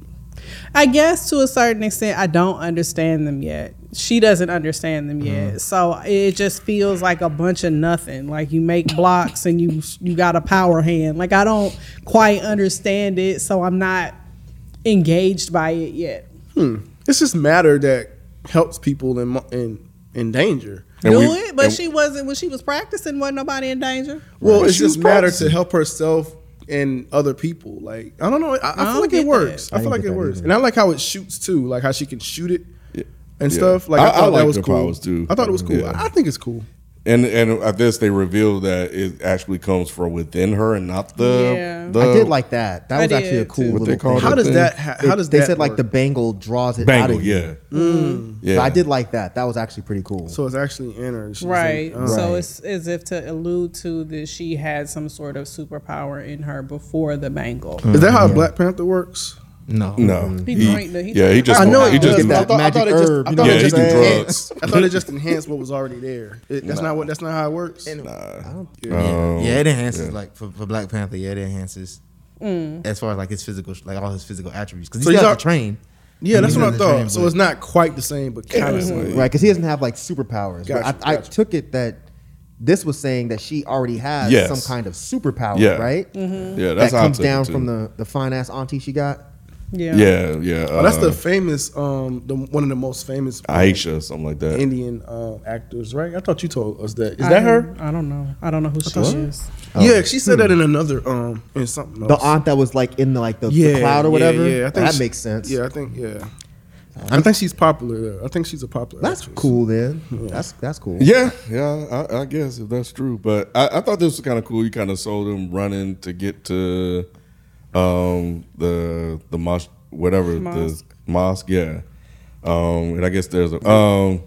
Speaker 4: I guess to a certain extent, I don't understand them yet. She doesn't understand them yet,
Speaker 2: Uh-huh.
Speaker 4: so it just feels like a bunch of nothing. Like you make blocks and you you got a power hand. Like I don't quite understand it, so I'm not engaged by it yet.
Speaker 2: It's just matter that helps people in mo- in in danger.
Speaker 1: And
Speaker 4: Do
Speaker 1: we-
Speaker 4: it, but
Speaker 1: and-
Speaker 4: she wasn't when she was practicing. wasn't nobody in danger?
Speaker 2: Well,
Speaker 1: But
Speaker 2: it's
Speaker 1: she was
Speaker 2: just matter to
Speaker 1: practicing.
Speaker 2: help herself and other people. Like I don't know. I, I,
Speaker 4: I
Speaker 2: feel
Speaker 4: don't
Speaker 2: like
Speaker 4: get
Speaker 2: it
Speaker 4: that.
Speaker 2: works. I,
Speaker 3: I
Speaker 2: feel
Speaker 3: didn't
Speaker 2: like
Speaker 3: get
Speaker 2: it
Speaker 3: that
Speaker 2: works,
Speaker 3: either.
Speaker 2: and I like how it shoots too. Like how she can shoot it and
Speaker 1: Yeah.
Speaker 2: stuff. Like I,
Speaker 1: I- I
Speaker 2: thought
Speaker 1: like
Speaker 2: that was
Speaker 1: the
Speaker 2: cool.
Speaker 1: powers, too.
Speaker 2: I thought it was cool.
Speaker 1: Yeah.
Speaker 2: I, I think it's cool.
Speaker 1: and and at this they revealed that it actually comes from within her and not the.
Speaker 4: Yeah.
Speaker 1: the
Speaker 3: I did like that. That
Speaker 4: I
Speaker 3: was actually a
Speaker 4: did, too.
Speaker 3: cool
Speaker 1: What
Speaker 3: little
Speaker 1: they call
Speaker 3: thing.
Speaker 1: it?
Speaker 2: How does
Speaker 1: thing.
Speaker 2: that? ha-
Speaker 3: They-
Speaker 2: How does
Speaker 3: they
Speaker 2: that
Speaker 3: said like the
Speaker 2: work?
Speaker 3: bangle draws it out
Speaker 1: bangle.
Speaker 3: of you.
Speaker 1: Yeah.
Speaker 4: Mm.
Speaker 1: Mm. Yeah.
Speaker 3: So I did like that. That was actually pretty cool.
Speaker 2: So it's actually in her. She's like,
Speaker 4: Right.
Speaker 2: oh.
Speaker 4: So
Speaker 3: Right.
Speaker 4: it's as if to allude to that she had some sort of superpower in her before the bangle.
Speaker 2: Is that how Black Panther works?
Speaker 5: No.
Speaker 1: No.
Speaker 4: He drank the- he
Speaker 1: yeah, he
Speaker 4: drank the
Speaker 1: just.
Speaker 2: I know
Speaker 1: he
Speaker 2: it
Speaker 1: just.
Speaker 2: does, but I
Speaker 3: that
Speaker 2: thought, I
Speaker 3: magic
Speaker 2: thought it just,
Speaker 3: herb,
Speaker 2: I
Speaker 3: you
Speaker 2: thought
Speaker 1: know.
Speaker 2: it
Speaker 1: Yeah,
Speaker 2: just
Speaker 1: he do
Speaker 2: enhanced- I thought it just enhanced what was already there. It, that's not what. That's not how it works.
Speaker 1: Oh,
Speaker 5: yeah, it enhances like for, for Black Panther. Yeah, it enhances as far as like his physical, like all his physical attributes. Because
Speaker 2: So
Speaker 5: he
Speaker 2: he's
Speaker 5: still
Speaker 2: al-
Speaker 5: has to train.
Speaker 2: yeah, that's
Speaker 5: He's
Speaker 2: what
Speaker 5: on
Speaker 2: I
Speaker 5: the
Speaker 2: thought.
Speaker 5: train,
Speaker 2: so
Speaker 5: but-
Speaker 2: it's not quite the same, but kind of similar.
Speaker 3: right, because he doesn't have like superpowers. But
Speaker 2: Gotcha,
Speaker 3: I, I
Speaker 2: gotcha.
Speaker 3: took it that this was saying that she already has
Speaker 1: Yes.
Speaker 3: some kind of superpower,
Speaker 1: Yeah.
Speaker 3: right?
Speaker 2: Mm-hmm.
Speaker 1: Yeah, that's
Speaker 3: That
Speaker 1: how I
Speaker 3: comes
Speaker 1: took it,
Speaker 3: down
Speaker 1: too.
Speaker 3: from the, the fine ass auntie she got.
Speaker 4: Yeah.
Speaker 1: Yeah, yeah.
Speaker 2: Oh, that's
Speaker 1: uh,
Speaker 2: the famous, um, the, one of the most famous um,
Speaker 1: Aisha, something like that.
Speaker 2: Indian uh, actors, right? I thought you told us that. Is that her?
Speaker 4: I don't know. I don't know who she is.
Speaker 1: Oh.
Speaker 2: Yeah, she said that in another, um, in something else.
Speaker 3: The aunt that was like in the like the, the
Speaker 2: yeah,
Speaker 3: cloud or
Speaker 2: yeah,
Speaker 3: whatever.
Speaker 2: Yeah, I think
Speaker 3: that
Speaker 2: she-
Speaker 3: makes sense. Uh-huh.
Speaker 2: Yeah, I think yeah. I think she's popular. Though. I think she's a popular.
Speaker 3: That's
Speaker 2: actress.
Speaker 3: cool then. That's that's cool.
Speaker 1: Yeah, yeah, I, I guess if that's true. But I, I thought this was kind of cool. You kind of sold them running to get to um, the the mosque, whatever
Speaker 4: Mosque.
Speaker 1: the mosque. Yeah, um, and I guess there's a. Um,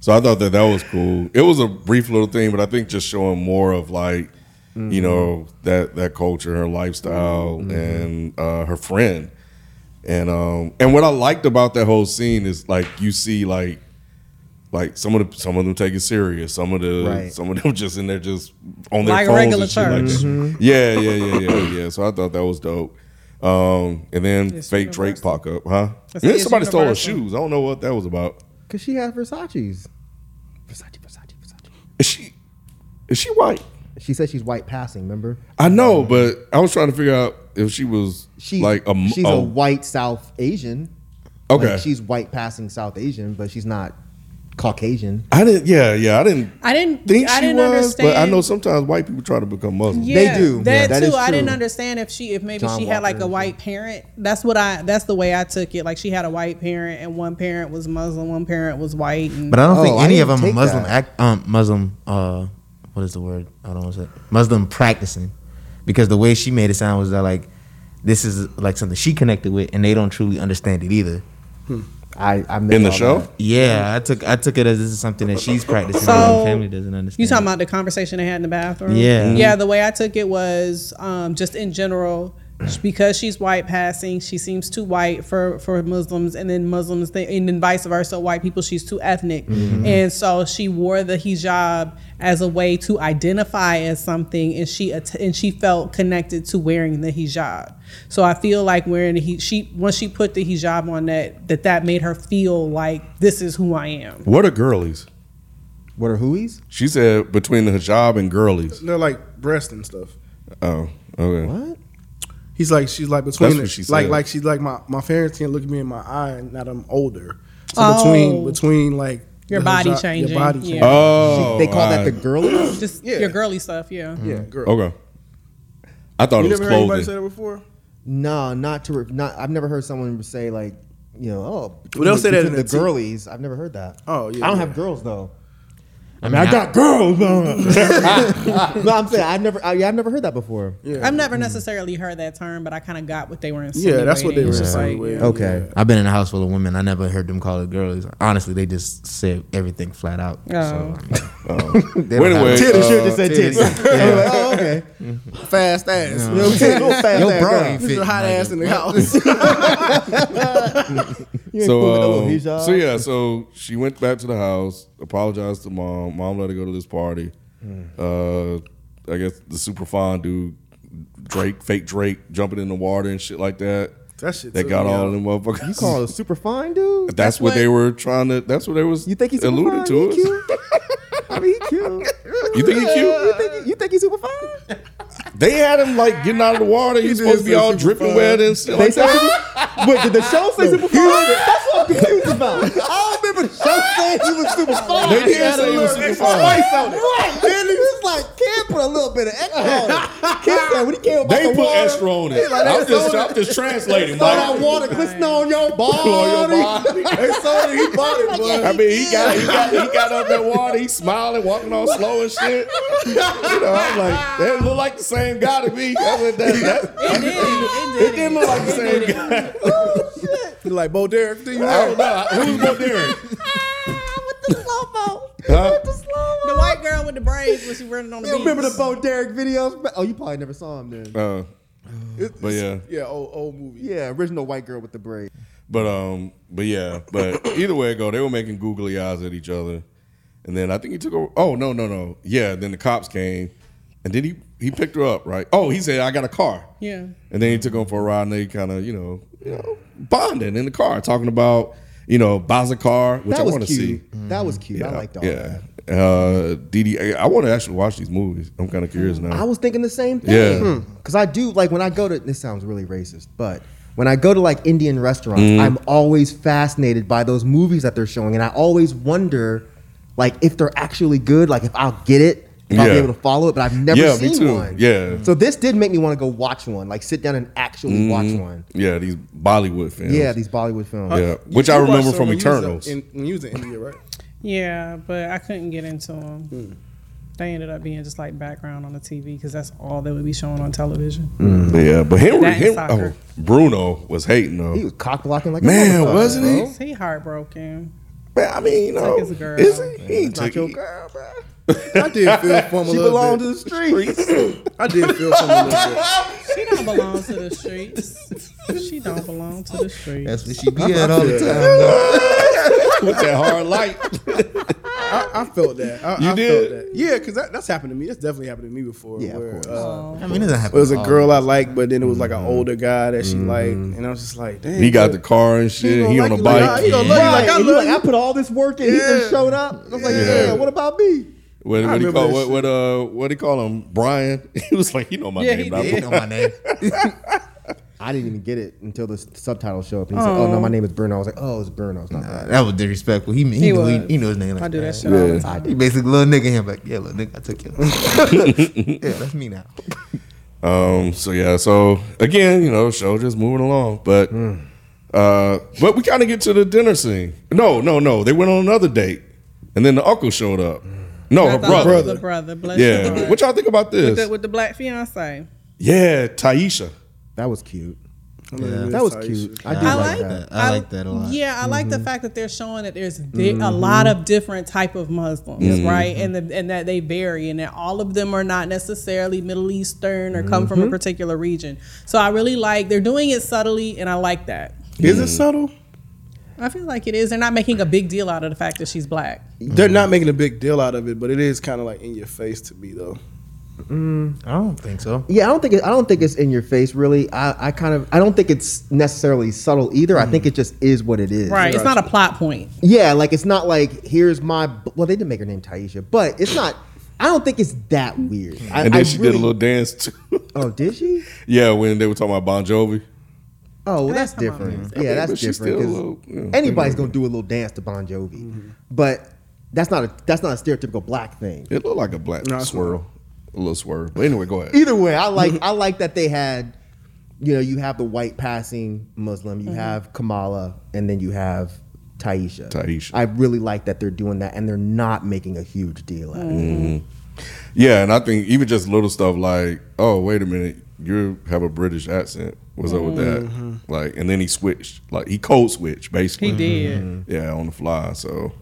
Speaker 1: so I thought that that was cool. It was a brief little thing, but I think just showing more of like, you know, that that culture, her lifestyle, and uh, her friend. And um and what I liked about that whole scene is like you see like like some of the some of them take it serious, some of the
Speaker 3: Right.
Speaker 1: some of them just in there just on their
Speaker 4: Like a
Speaker 1: phones
Speaker 4: regular
Speaker 1: and shit like
Speaker 4: church.
Speaker 1: that.
Speaker 3: Mm-hmm.
Speaker 1: Yeah, yeah, yeah, yeah, yeah. So I thought that was dope. Um and then
Speaker 4: It's
Speaker 1: fake Drake
Speaker 4: universal.
Speaker 1: pop up, huh?
Speaker 4: It's-
Speaker 1: And then
Speaker 4: it's
Speaker 1: somebody stole her
Speaker 4: universal.
Speaker 1: shoes. I don't know what that was about.
Speaker 3: Cause she had Versace's. Versace, Versace, Versace.
Speaker 1: Is she is she white?
Speaker 3: She said she's white passing, remember?
Speaker 1: I know, but I was trying to figure out if she was
Speaker 3: Um, She's
Speaker 1: like a m-
Speaker 3: she's
Speaker 1: a-
Speaker 3: a white South Asian.
Speaker 1: Okay.
Speaker 3: Like, she's white passing South Asian, but she's not Caucasian.
Speaker 1: I didn't yeah, yeah, I didn't
Speaker 4: I didn't
Speaker 1: think
Speaker 4: I
Speaker 1: she
Speaker 4: didn't
Speaker 1: was,
Speaker 4: understand.
Speaker 1: but I know sometimes white people try to become Muslim.
Speaker 4: yeah,
Speaker 3: do.
Speaker 4: That
Speaker 3: Yeah, that
Speaker 4: too.
Speaker 3: is
Speaker 4: I didn't
Speaker 3: true.
Speaker 4: understand if she if maybe
Speaker 3: John
Speaker 4: she had like a
Speaker 3: Walker.
Speaker 4: white parent. That's what I that's the way I took it. Like she had a white parent and one parent was Muslim, one parent was white. And
Speaker 5: But I don't
Speaker 3: Oh,
Speaker 5: think
Speaker 3: I
Speaker 5: any of
Speaker 3: didn't
Speaker 5: them are
Speaker 3: take
Speaker 5: Muslim
Speaker 3: that.
Speaker 5: act, um, Muslim. Uh, what is the word? I don't want to say Muslim practicing, because the way she made it sound was that like this is like something she connected with, and they don't truly understand it either.
Speaker 3: I, I
Speaker 1: In the show?
Speaker 5: Yeah, I took I took it as this is something that she's practicing,
Speaker 4: So,
Speaker 5: and her family doesn't understand.
Speaker 4: You talking about the conversation they had in the bathroom?
Speaker 5: Yeah.
Speaker 4: Yeah, the way I took it was um, just in general, because she's white passing, she seems too white for, for Muslims, and then Muslims, they, and then vice versa, white people, she's too ethnic. And so she wore the hijab as a way to identify as something, and she at- and she felt connected to wearing the hijab. So I feel like wearing the he, she once she put the hijab on that that that made her feel like this is who I am.
Speaker 1: What are girlies?
Speaker 3: What are hooies?
Speaker 1: She said between the hijab and girlies.
Speaker 2: They're like breast and stuff.
Speaker 1: Oh, okay.
Speaker 3: What?
Speaker 2: He's like she's like between
Speaker 1: That's what
Speaker 2: the-
Speaker 1: she
Speaker 2: like
Speaker 1: said.
Speaker 2: like she's like my my parents can't look at me in my eye and now that I'm older. So
Speaker 4: Oh.
Speaker 2: between between like
Speaker 4: Your
Speaker 2: the
Speaker 4: body
Speaker 2: hijab-
Speaker 4: changing,
Speaker 2: Your body
Speaker 4: yeah.
Speaker 2: changing.
Speaker 1: Oh,
Speaker 3: they call that the
Speaker 1: alright.
Speaker 3: girlies?
Speaker 4: Just
Speaker 2: Yeah.
Speaker 4: your girly stuff, yeah.
Speaker 2: Yeah, girl.
Speaker 1: Okay. I thought
Speaker 2: You
Speaker 1: it was
Speaker 2: never heard anybody say
Speaker 1: Oh, clothing.
Speaker 2: that before?
Speaker 3: no, not to. Re- not. I've never heard someone say like, you know, oh,
Speaker 2: Well, they'll say that
Speaker 3: between
Speaker 2: in
Speaker 3: the
Speaker 2: the tea.
Speaker 3: girlies. I've never heard that.
Speaker 2: Oh, yeah,
Speaker 3: I don't
Speaker 2: yeah.
Speaker 3: have girls though.
Speaker 5: I mean, I got
Speaker 3: girls. no, I'm saying I've never. I, yeah, I've never heard that before.
Speaker 2: Yeah.
Speaker 4: I've
Speaker 1: Mm.
Speaker 4: never necessarily heard that term, but I kind of got what they were insinuating.
Speaker 2: Yeah, that's what they were
Speaker 4: It's just
Speaker 2: saying.
Speaker 4: like,
Speaker 3: Okay.
Speaker 5: I've been in a house full of women. I never heard them call it girlies. Honestly, they just said everything flat out.
Speaker 4: Oh.
Speaker 5: So, I mean, they
Speaker 1: Well,
Speaker 5: don't have-
Speaker 1: anyway,
Speaker 3: Titty
Speaker 1: uh,
Speaker 3: should just said titty.
Speaker 5: titties.
Speaker 3: I'm like, oh, okay.
Speaker 2: Fast ass.
Speaker 3: You know what I'm saying? Oh, fast
Speaker 5: Yo,
Speaker 3: ass
Speaker 5: bro,
Speaker 3: guy.
Speaker 5: you
Speaker 2: This is
Speaker 5: fit
Speaker 2: a hot
Speaker 5: like
Speaker 2: ass
Speaker 5: a-
Speaker 2: in the house.
Speaker 3: You ain't cool with that
Speaker 1: so,
Speaker 3: little
Speaker 1: um,
Speaker 3: hijab.
Speaker 1: so yeah, so she went back to the house, apologized to mom. Mom let her go to this party.
Speaker 3: Hmm.
Speaker 1: Uh, I guess the super fine dude, Drake, fake Drake, jumping in the water and shit like that.
Speaker 2: That shit
Speaker 1: They
Speaker 2: took
Speaker 1: got
Speaker 2: me
Speaker 1: all
Speaker 2: out.
Speaker 1: them motherfuckers.
Speaker 3: You call it a super fine dude?
Speaker 1: that's, what,
Speaker 4: what-
Speaker 1: they were trying to. That's what they was.
Speaker 3: You think he's super
Speaker 1: alluded
Speaker 3: fine?
Speaker 1: to
Speaker 3: He
Speaker 1: us.
Speaker 3: cute? I mean, he cute.
Speaker 1: You think he
Speaker 3: You
Speaker 1: cute?
Speaker 3: think, you think he's super fine?
Speaker 1: They had him like getting out of the water. He's supposed to be
Speaker 2: say
Speaker 1: all
Speaker 2: super
Speaker 1: dripping
Speaker 2: fine.
Speaker 1: wet and shit
Speaker 3: They
Speaker 1: like
Speaker 3: said
Speaker 1: that.
Speaker 3: super, Wait, did the show say super fine? That's what I'm confused about. I don't remember the show saying he was super fine.
Speaker 1: They did say he was
Speaker 3: He had a
Speaker 1: super
Speaker 3: little
Speaker 1: fine.
Speaker 3: spice on it. Right. Then he was like, can't put a little bit of extra on it. Kid said, when he came up out
Speaker 1: They
Speaker 3: the
Speaker 1: put
Speaker 3: water,
Speaker 1: extra on it.
Speaker 3: like,
Speaker 1: I'm
Speaker 3: that's
Speaker 1: just,
Speaker 3: all-
Speaker 1: I'm just translating.
Speaker 3: Throw
Speaker 1: Like,
Speaker 3: that water glisten on your body.
Speaker 1: On your body.
Speaker 3: they sold it, he bought it, boy.
Speaker 1: I mean, he got, he got, he got up that water. He's smiling, walking all slow and shit. You know, I'm like, that look like the same guy to me. That's what that, that,
Speaker 4: It did. It
Speaker 1: it
Speaker 4: did.
Speaker 1: didn't look like the same guy.
Speaker 2: You like Bo Derek? Do you
Speaker 1: I don't know. Who's more daring?
Speaker 3: with the slow-mo.
Speaker 1: Huh?
Speaker 3: With the slow-mo.
Speaker 4: The white girl with the braids when she running on the
Speaker 3: You
Speaker 4: beach.
Speaker 3: remember the Bo Derek videos? Oh, you probably never saw him then.
Speaker 1: Uh, but yeah,
Speaker 2: Yeah, old old movie.
Speaker 3: Yeah, original white girl with the braid.
Speaker 1: but um, but yeah, but either way it go, they were making googly eyes at each other, and then I think he took over. Oh no, no, no. Yeah, then the cops came, and then he he picked her up, right? Oh, he said, "I got a car."
Speaker 4: Yeah.
Speaker 1: And then he took him for a ride, and they kind of, you know, you know, bonding in the car, talking about, you know, Bazakar, which
Speaker 3: That
Speaker 1: I
Speaker 3: was
Speaker 1: want to
Speaker 3: cute.
Speaker 1: see. Mm-hmm.
Speaker 3: That was cute. I liked all
Speaker 1: yeah.
Speaker 3: that.
Speaker 1: Uh, DD, I want to actually watch these movies. I'm kind of curious now.
Speaker 3: I was thinking the same
Speaker 1: Yeah. Hmm.
Speaker 3: thing. Cause I do like when I go to this sounds really racist, but when I go to like Indian restaurants,
Speaker 1: Mm-hmm.
Speaker 3: I'm always fascinated by those movies that they're showing, and I always wonder, like, if they're actually good, like if I'll get it, if I'll be
Speaker 1: Yeah.
Speaker 3: able to follow it. But I've never
Speaker 1: Yeah, me
Speaker 3: seen
Speaker 1: too.
Speaker 3: one.
Speaker 1: Yeah. Mm-hmm.
Speaker 3: So this did make me want to go watch one, like sit down and actually watch one.
Speaker 1: yeah, these Bollywood films.
Speaker 3: Yeah, these Bollywood films.
Speaker 1: Yeah,
Speaker 2: You-
Speaker 1: which
Speaker 2: you
Speaker 1: I
Speaker 2: watched
Speaker 1: remember
Speaker 2: some
Speaker 1: from
Speaker 2: when you was, uh,
Speaker 1: Eternals.
Speaker 2: in- When you was in India, right?
Speaker 4: Yeah, but I couldn't get into them.
Speaker 1: Mm.
Speaker 4: They ended up being just like background on the TV because that's all they would be showing on television.
Speaker 1: yeah, but Henry,
Speaker 4: That and
Speaker 1: Henry oh,
Speaker 4: soccer.
Speaker 1: Bruno was hating though.
Speaker 3: He was cock blocking like a
Speaker 1: Man,
Speaker 3: motherfucker,
Speaker 1: wasn't
Speaker 3: bro.
Speaker 1: he?
Speaker 4: He heartbroken.
Speaker 1: Man, I mean, you know,
Speaker 4: his girl.
Speaker 1: is he? he ain't
Speaker 3: Not
Speaker 1: took-
Speaker 3: your girl, bro.
Speaker 2: I did feel for him a
Speaker 3: She
Speaker 2: little
Speaker 3: belonged
Speaker 2: bit.
Speaker 3: to the streets.
Speaker 2: I did feel for him a little bit.
Speaker 4: She don't belong to the streets. She don't belong to the streets.
Speaker 5: That's what she be at all the time.
Speaker 1: with that hard light.
Speaker 2: I, I felt that. I,
Speaker 1: You
Speaker 2: I
Speaker 1: did?
Speaker 2: Felt that. Yeah, because that, that's happened to me. That's definitely happened to me before.
Speaker 3: Yeah, of
Speaker 2: where,
Speaker 3: course.
Speaker 2: uh,
Speaker 5: I mean, it doesn't
Speaker 2: it
Speaker 5: happen.
Speaker 2: was a
Speaker 5: all
Speaker 2: girl I liked, but then it was like an older guy that she liked, and I was just like, damn.
Speaker 1: he got the car and shit.
Speaker 2: gonna
Speaker 1: He,
Speaker 2: like
Speaker 1: on a
Speaker 2: you like
Speaker 1: bike.
Speaker 2: that. He gonna love you like
Speaker 3: Right.
Speaker 2: I
Speaker 3: And you
Speaker 2: love
Speaker 3: like, I
Speaker 2: you.
Speaker 3: put all this work in. He
Speaker 2: Yeah.
Speaker 3: just showed up. I was like,
Speaker 1: Yeah.
Speaker 3: yeah. What about me?
Speaker 1: What, what do you
Speaker 2: remember
Speaker 1: call
Speaker 2: that
Speaker 1: what,
Speaker 2: shit.
Speaker 1: what uh what do you call him? Brian. He was like, you know my
Speaker 4: Yeah,
Speaker 1: name.
Speaker 4: he
Speaker 1: Bob."
Speaker 5: Yeah, you know my name.
Speaker 3: I didn't even get it until the s- subtitles show up. And he said, "Oh no, my name is Bruno." I was like, "Oh, it's Bruno. It's not." Brian."
Speaker 5: Uh, That was disrespectful. He, he,
Speaker 4: He
Speaker 5: knew, he,
Speaker 4: was.
Speaker 5: he knew his name. Like
Speaker 4: I do that shit all the
Speaker 1: Yeah.
Speaker 4: time.
Speaker 5: He basically little nigga him like, yeah, little nigga, I took you. yeah, that's me now.
Speaker 1: Um. So yeah. So again, you know, show just moving along, but uh, but we kind of get to the dinner scene. No, no, no. They went on another date, and then the uncle showed up. No,
Speaker 4: I
Speaker 1: Oh, her
Speaker 4: thought it
Speaker 1: brother.
Speaker 4: was The brother. Bless your
Speaker 1: Yeah.
Speaker 4: heart.
Speaker 1: What y'all think about this?
Speaker 4: with, the, with the black fiance.
Speaker 1: yeah, Taisha.
Speaker 3: That was cute.
Speaker 2: I love you,
Speaker 3: That was
Speaker 2: Taisha.
Speaker 3: cute. I
Speaker 5: Yeah.
Speaker 3: do
Speaker 5: I
Speaker 3: like,
Speaker 5: like
Speaker 3: that.
Speaker 5: that. I like that a lot. Mm-hmm.
Speaker 4: Yeah, I like the fact that they're showing that there's di- a lot of different type of Muslims,
Speaker 5: Mm-hmm.
Speaker 4: right? And the, and that they vary, and that all of them are not necessarily Middle Eastern or come
Speaker 5: Mm-hmm.
Speaker 4: from a particular region. So I really like they're doing it subtly, and I like that.
Speaker 2: Is it subtle?
Speaker 4: I feel like it is. They're not making a big deal out of the fact that she's black.
Speaker 2: They're not making a big deal out of it, but it is kind of like in your face to me, though.
Speaker 5: I don't think so.
Speaker 3: Yeah, I don't think it, I don't think it's in your face really. I, I kind of I don't think it's necessarily subtle either. I think it just is what it is.
Speaker 4: Right. It's not a plot point.
Speaker 3: Yeah, like it's not like here's my well they did make her name Taisha, but it's not. I don't think it's that weird. I,
Speaker 1: And then
Speaker 3: I
Speaker 1: she did
Speaker 3: really-
Speaker 1: a little dance too.
Speaker 3: Oh, did she?
Speaker 1: yeah, when they were talking about Bon Jovi.
Speaker 3: Oh, well,
Speaker 4: That's
Speaker 3: that's
Speaker 4: how mom
Speaker 3: different.
Speaker 4: is.
Speaker 3: Yeah, that's
Speaker 1: but she's still
Speaker 3: different.
Speaker 1: a
Speaker 3: 'cause
Speaker 1: little, you know,
Speaker 3: anybody's gonna do a little dance to Bon Jovi, but that's not a that's not a stereotypical black thing.
Speaker 1: It looked like a black
Speaker 2: No, it's
Speaker 1: swirl, a little swirl. But anyway, go ahead.
Speaker 3: Either way, I like I like that they had, you know, you have the white passing Muslim, you have Kamala, and then you have Taisha.
Speaker 1: Taisha.
Speaker 3: I really like that they're doing that, and they're not making a huge deal out of
Speaker 1: Mm-hmm.
Speaker 3: it.
Speaker 1: Yeah, and I think even just little stuff like, oh, wait a minute, you have a British accent. What's up with that? Like, and then he switched, like he code switched basically.
Speaker 4: He did.
Speaker 1: Yeah, on the fly. So,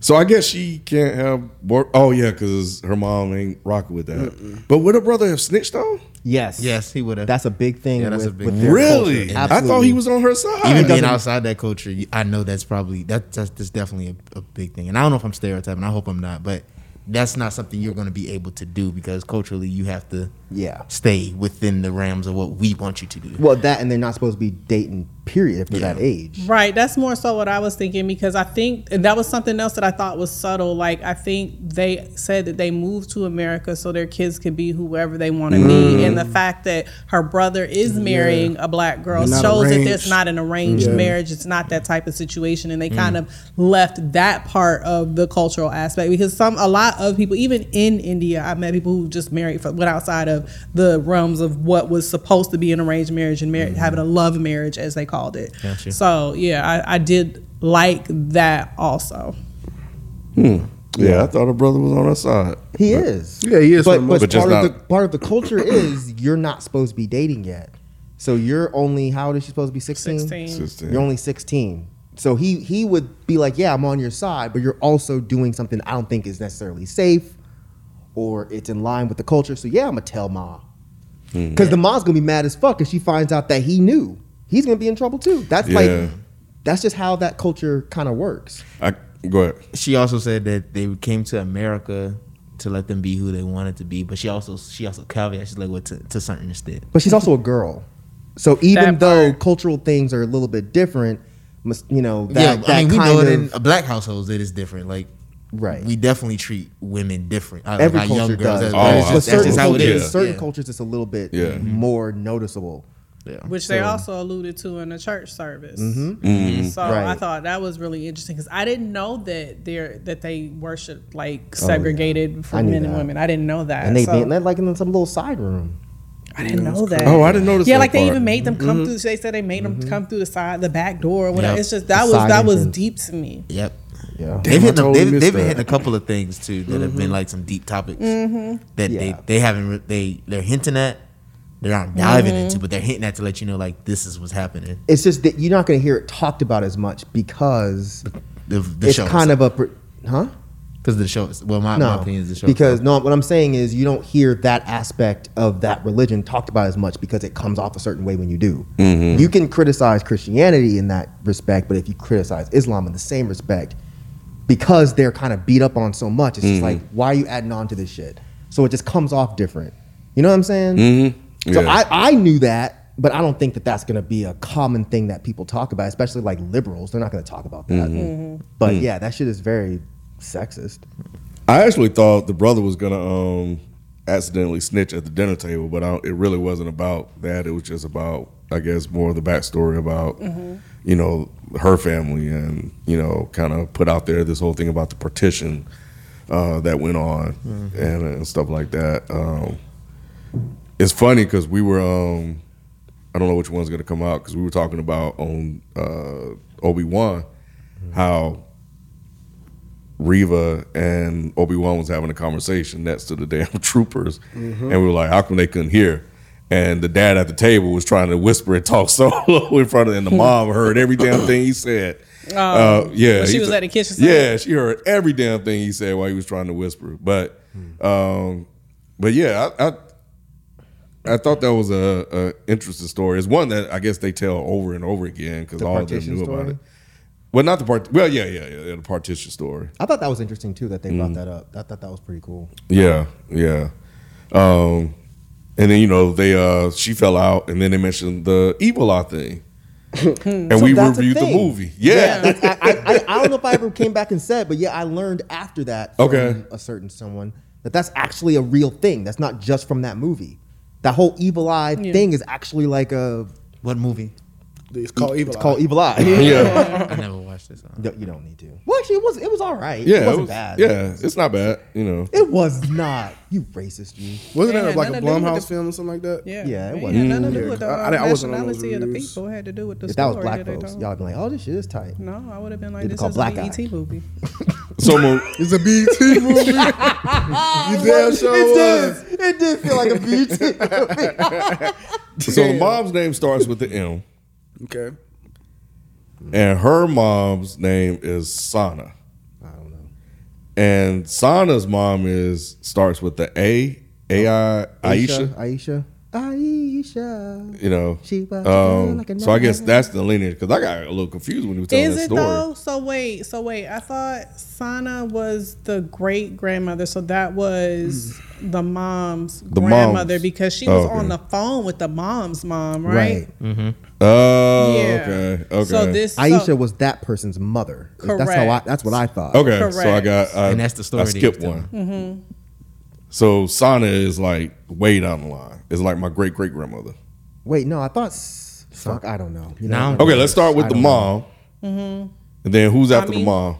Speaker 1: so I guess she can't have work. Oh yeah, because her mom ain't rocking with that. But would her brother have snitched on?
Speaker 3: Yes.
Speaker 5: Yes, he would have.
Speaker 3: That's a big thing.
Speaker 5: Yeah, that's
Speaker 3: with,
Speaker 5: a big
Speaker 3: with
Speaker 5: thing.
Speaker 3: their
Speaker 1: Really?
Speaker 3: culture.
Speaker 1: I thought
Speaker 3: Absolutely.
Speaker 1: he was on her side.
Speaker 5: even being
Speaker 3: doesn't-
Speaker 5: outside that culture, you- I know that's probably that, that's that's definitely a, a big thing. And I don't know if I'm stereotyping. I hope I'm not, but that's not something you're going to be able to do because culturally you have to
Speaker 3: Yeah.
Speaker 5: stay within the realms of what we want you to do.
Speaker 3: Well, that and they're not supposed to be dating. Period. If they're
Speaker 5: Yeah.
Speaker 3: that age.
Speaker 4: Right. That's more so what I was thinking because I think and that was something else that I thought was subtle. Like I think they said that they moved to America so their kids could be whoever they want to be, and the fact that her brother is marrying a black girl
Speaker 2: Mm. They're not
Speaker 4: shows that there's
Speaker 2: arranged.
Speaker 4: not an arranged
Speaker 2: Yeah.
Speaker 4: marriage. It's not that type of situation, and they kind of left that part of the cultural aspect because some a lot of people, even in India, I met people who just married for, went outside of the realms of what was supposed to be an arranged marriage and marriage, having a love marriage as they called it.
Speaker 5: Gotcha.
Speaker 4: So yeah, I, I did like that also.
Speaker 1: Yeah, I thought her brother was on her side.
Speaker 3: He is.
Speaker 2: Yeah, he is for
Speaker 3: But,
Speaker 2: the
Speaker 3: but,
Speaker 2: most
Speaker 1: But just
Speaker 3: part, of the,
Speaker 1: not-
Speaker 3: part of the culture is you're not supposed to be dating yet. So you're only how old is she supposed to be? 16?
Speaker 4: 16.
Speaker 1: Sister.
Speaker 3: You're only 16. So he he would be like, yeah, I'm on your side, but you're also doing something I don't think is necessarily safe, or it's in line with the culture. So yeah, I'm gonna tell ma, because the ma's gonna be mad as fuck if she finds out that he knew. He's gonna be in trouble too. That's
Speaker 1: Yeah.
Speaker 3: like, that's just how that culture kind of works.
Speaker 1: I, go ahead.
Speaker 5: she also said that they came to America to let them be who they wanted to be, but she also she also caveat she's like, well, to, to a certain extent,
Speaker 3: But she's also a girl. So even
Speaker 4: That
Speaker 3: though
Speaker 4: part.
Speaker 3: cultural things are a little bit different, mus- you know, that,
Speaker 5: yeah, I
Speaker 3: that
Speaker 5: mean, we
Speaker 3: kind
Speaker 5: know
Speaker 3: of
Speaker 5: it in uh, black households it is different. Like,
Speaker 3: Right.
Speaker 5: we definitely treat women different. I- like
Speaker 3: every
Speaker 5: our young
Speaker 3: culture
Speaker 5: girls,
Speaker 3: does.
Speaker 5: that's-
Speaker 1: Oh,
Speaker 5: that's
Speaker 1: I
Speaker 5: just-
Speaker 3: but
Speaker 5: that's
Speaker 1: see.
Speaker 3: certain,
Speaker 5: just how it
Speaker 3: cultures,
Speaker 5: is.
Speaker 3: certain
Speaker 5: Yeah.
Speaker 3: cultures, it's a little bit
Speaker 1: Yeah.
Speaker 4: Mm-hmm.
Speaker 3: more noticeable.
Speaker 4: Which they also alluded to in the church service. Mm-hmm. So I
Speaker 3: Mm-hmm. Right.
Speaker 4: thought that was really interesting because I didn't know that they are that they worship like segregated
Speaker 3: Oh, I
Speaker 4: for
Speaker 3: knew
Speaker 4: men and
Speaker 3: that.
Speaker 4: women. I didn't know that.
Speaker 3: And they
Speaker 4: So,
Speaker 3: met like in some little side room.
Speaker 4: I didn't know that.
Speaker 1: Oh, I didn't notice.
Speaker 4: yeah,
Speaker 1: that
Speaker 4: like they
Speaker 1: part.
Speaker 4: even made them
Speaker 3: Mm-hmm.
Speaker 4: come through. They said they made them come through the side, the back door. Or whatever.
Speaker 5: Yep.
Speaker 4: It's just that
Speaker 3: The
Speaker 4: was
Speaker 3: side
Speaker 4: that was
Speaker 3: entrance.
Speaker 4: deep to me.
Speaker 5: Yep.
Speaker 3: Yeah.
Speaker 1: Damn,
Speaker 5: they've
Speaker 1: I
Speaker 5: hit,
Speaker 1: totally
Speaker 5: they've,
Speaker 1: missed
Speaker 5: they've
Speaker 1: that.
Speaker 5: hit a couple of things too that have been like some deep topics that they,
Speaker 3: Mm-hmm. Yeah.
Speaker 5: they haven't re- they they're hinting at they're not diving into
Speaker 3: Mm-hmm.
Speaker 5: but they're hinting at to let you know like this is what's happening
Speaker 3: It's just that you're not going to hear it talked about as much because
Speaker 5: the, the
Speaker 3: it's
Speaker 5: show
Speaker 3: kind of a, pr- huh?
Speaker 5: because the show is, well my, my
Speaker 3: No,
Speaker 5: opinion is the show
Speaker 3: because no. What I'm saying is, you don't hear that aspect of that religion talked about as much because it comes off a certain way when you do.
Speaker 1: Mm-hmm.
Speaker 3: You can criticize Christianity in that respect, but if you criticize Islam in the same respect, because they're kind of beat up on so much, it's
Speaker 1: Mm-hmm.
Speaker 3: just like, why are you adding on to this shit? So it just comes off different. You know what I'm saying?
Speaker 1: Mm-hmm.
Speaker 3: So
Speaker 1: Yeah.
Speaker 3: I, I knew that, but I don't think that that's going to be a common thing that people talk about, especially like liberals. They're not going to talk about that.
Speaker 1: Mm-hmm.
Speaker 3: But yeah, that shit is very sexist.
Speaker 1: I actually thought the brother was gonna um accidentally snitch at the dinner table, but I, it really wasn't about that. It was just about, I guess, more of the backstory about you know her family and you know kind of put out there this whole thing about the partition uh, that went on and, and stuff like that. Um, it's funny because we were um, I don't know which one's gonna come out because we were talking about on uh, Obi Wan how Reva and Obi Wan was having a conversation next to the damn troopers, and we were like, "How come they couldn't hear?" And the dad at the table was trying to whisper and talk solo in front of, and the mom heard every damn thing he said. Uh, yeah,
Speaker 4: when she
Speaker 1: he
Speaker 4: was
Speaker 1: said-
Speaker 4: at the kitchen sink?
Speaker 1: Yeah, she heard every damn thing he said while he was trying to whisper. But, um, but yeah, I, I I thought that was a, a interesting story. It's one that I guess they tell over and over again because all of them
Speaker 3: partition
Speaker 1: knew about
Speaker 3: story?
Speaker 1: it. Well, not the part. Well, yeah, yeah, yeah, the partition story. Mm.
Speaker 3: I thought that was interesting too that they brought that up. I thought that was pretty cool.
Speaker 1: Yeah, yeah. Um, and then you know they uh she fell out, and then they mentioned the Evil Eye thing, and we
Speaker 3: that's a
Speaker 1: reviewed the
Speaker 3: thing.
Speaker 1: movie. Yeah,
Speaker 3: Like, I, I, I- I don't know if I ever came back and said, but yeah, I learned after that from
Speaker 1: Okay.
Speaker 3: a certain someone that that's actually a real thing. That's not just from that movie. That whole evil eye
Speaker 4: Yeah.
Speaker 3: thing is actually like a
Speaker 5: What movie?
Speaker 2: It's called Evil.
Speaker 3: it's
Speaker 2: Eye.
Speaker 3: called evil eye.
Speaker 1: yeah,
Speaker 5: I never watched this. One.
Speaker 3: No, you don't need to. Well, actually, it was it was all right.
Speaker 1: yeah.
Speaker 3: it
Speaker 1: it
Speaker 3: wasn't
Speaker 1: was-
Speaker 3: bad.
Speaker 1: Yeah, it's not bad. You know,
Speaker 3: it was not. You racist, you.
Speaker 2: Wasn't
Speaker 4: It
Speaker 2: that
Speaker 4: had
Speaker 2: like a
Speaker 4: nothing to do with
Speaker 2: Blumhouse
Speaker 4: the-
Speaker 2: film or something like that?
Speaker 4: Yeah,
Speaker 3: Yeah, it
Speaker 4: it
Speaker 3: was-
Speaker 4: had nothing to
Speaker 2: Yeah.
Speaker 4: do with the
Speaker 2: Mm-hmm. I- I
Speaker 4: uh,
Speaker 2: didn't- I wasn't on those
Speaker 4: nationality of the
Speaker 2: reviews.
Speaker 4: people. It had to do with the
Speaker 3: If that
Speaker 4: story
Speaker 3: was black
Speaker 4: they
Speaker 3: folks,
Speaker 4: told.
Speaker 3: y'all be like, oh, this shit is tight.
Speaker 4: No, I would have been like,
Speaker 3: It'd be
Speaker 4: this
Speaker 3: called
Speaker 4: is
Speaker 3: Black
Speaker 4: a BET
Speaker 3: Eye.
Speaker 4: movie.
Speaker 1: so mo-
Speaker 2: It's a BT movie. you damn sure was.
Speaker 3: It did. It did feel like a BT.
Speaker 1: so the mom's name starts with the M,
Speaker 2: Okay.
Speaker 1: and her mom's name is Sana,
Speaker 3: I don't know.
Speaker 1: and Sana's mom is starts with the A A I Aisha.
Speaker 3: Aisha. Aisha.
Speaker 1: You know,
Speaker 3: She was
Speaker 1: um,
Speaker 3: like a
Speaker 1: so I guess
Speaker 3: nun.
Speaker 1: that's the lineage because I got a little confused when you were telling
Speaker 4: Is
Speaker 1: that
Speaker 4: it
Speaker 1: story.
Speaker 4: though? So wait, so wait. I thought Sana was the great grandmother, so that was the mom's
Speaker 1: Mm. The
Speaker 4: grandmother
Speaker 1: mom's.
Speaker 4: because she was
Speaker 1: Oh, okay.
Speaker 4: on the phone with the mom's mom, right?
Speaker 1: Mm. Oh,
Speaker 4: Yeah.
Speaker 1: okay, okay.
Speaker 4: So this so-
Speaker 3: Mm. Aisha was that person's mother. That's how I.
Speaker 4: Correct.
Speaker 3: That's what I thought.
Speaker 1: Okay, so I
Speaker 4: Correct.
Speaker 1: got I,
Speaker 5: And that's the story
Speaker 1: I
Speaker 5: that he
Speaker 1: skipped
Speaker 5: was
Speaker 1: one.
Speaker 4: Mm-hmm.
Speaker 1: So Sana is like way down the line. It's like my great great grandmother.
Speaker 3: Wait, no, I thought. s- Fuck, I don't know. You
Speaker 5: Now
Speaker 3: know.
Speaker 5: I'm-
Speaker 1: Okay, let's start with
Speaker 3: I
Speaker 1: the
Speaker 3: don't know.
Speaker 1: mom, and then who's after the
Speaker 4: Mommy.
Speaker 1: mom?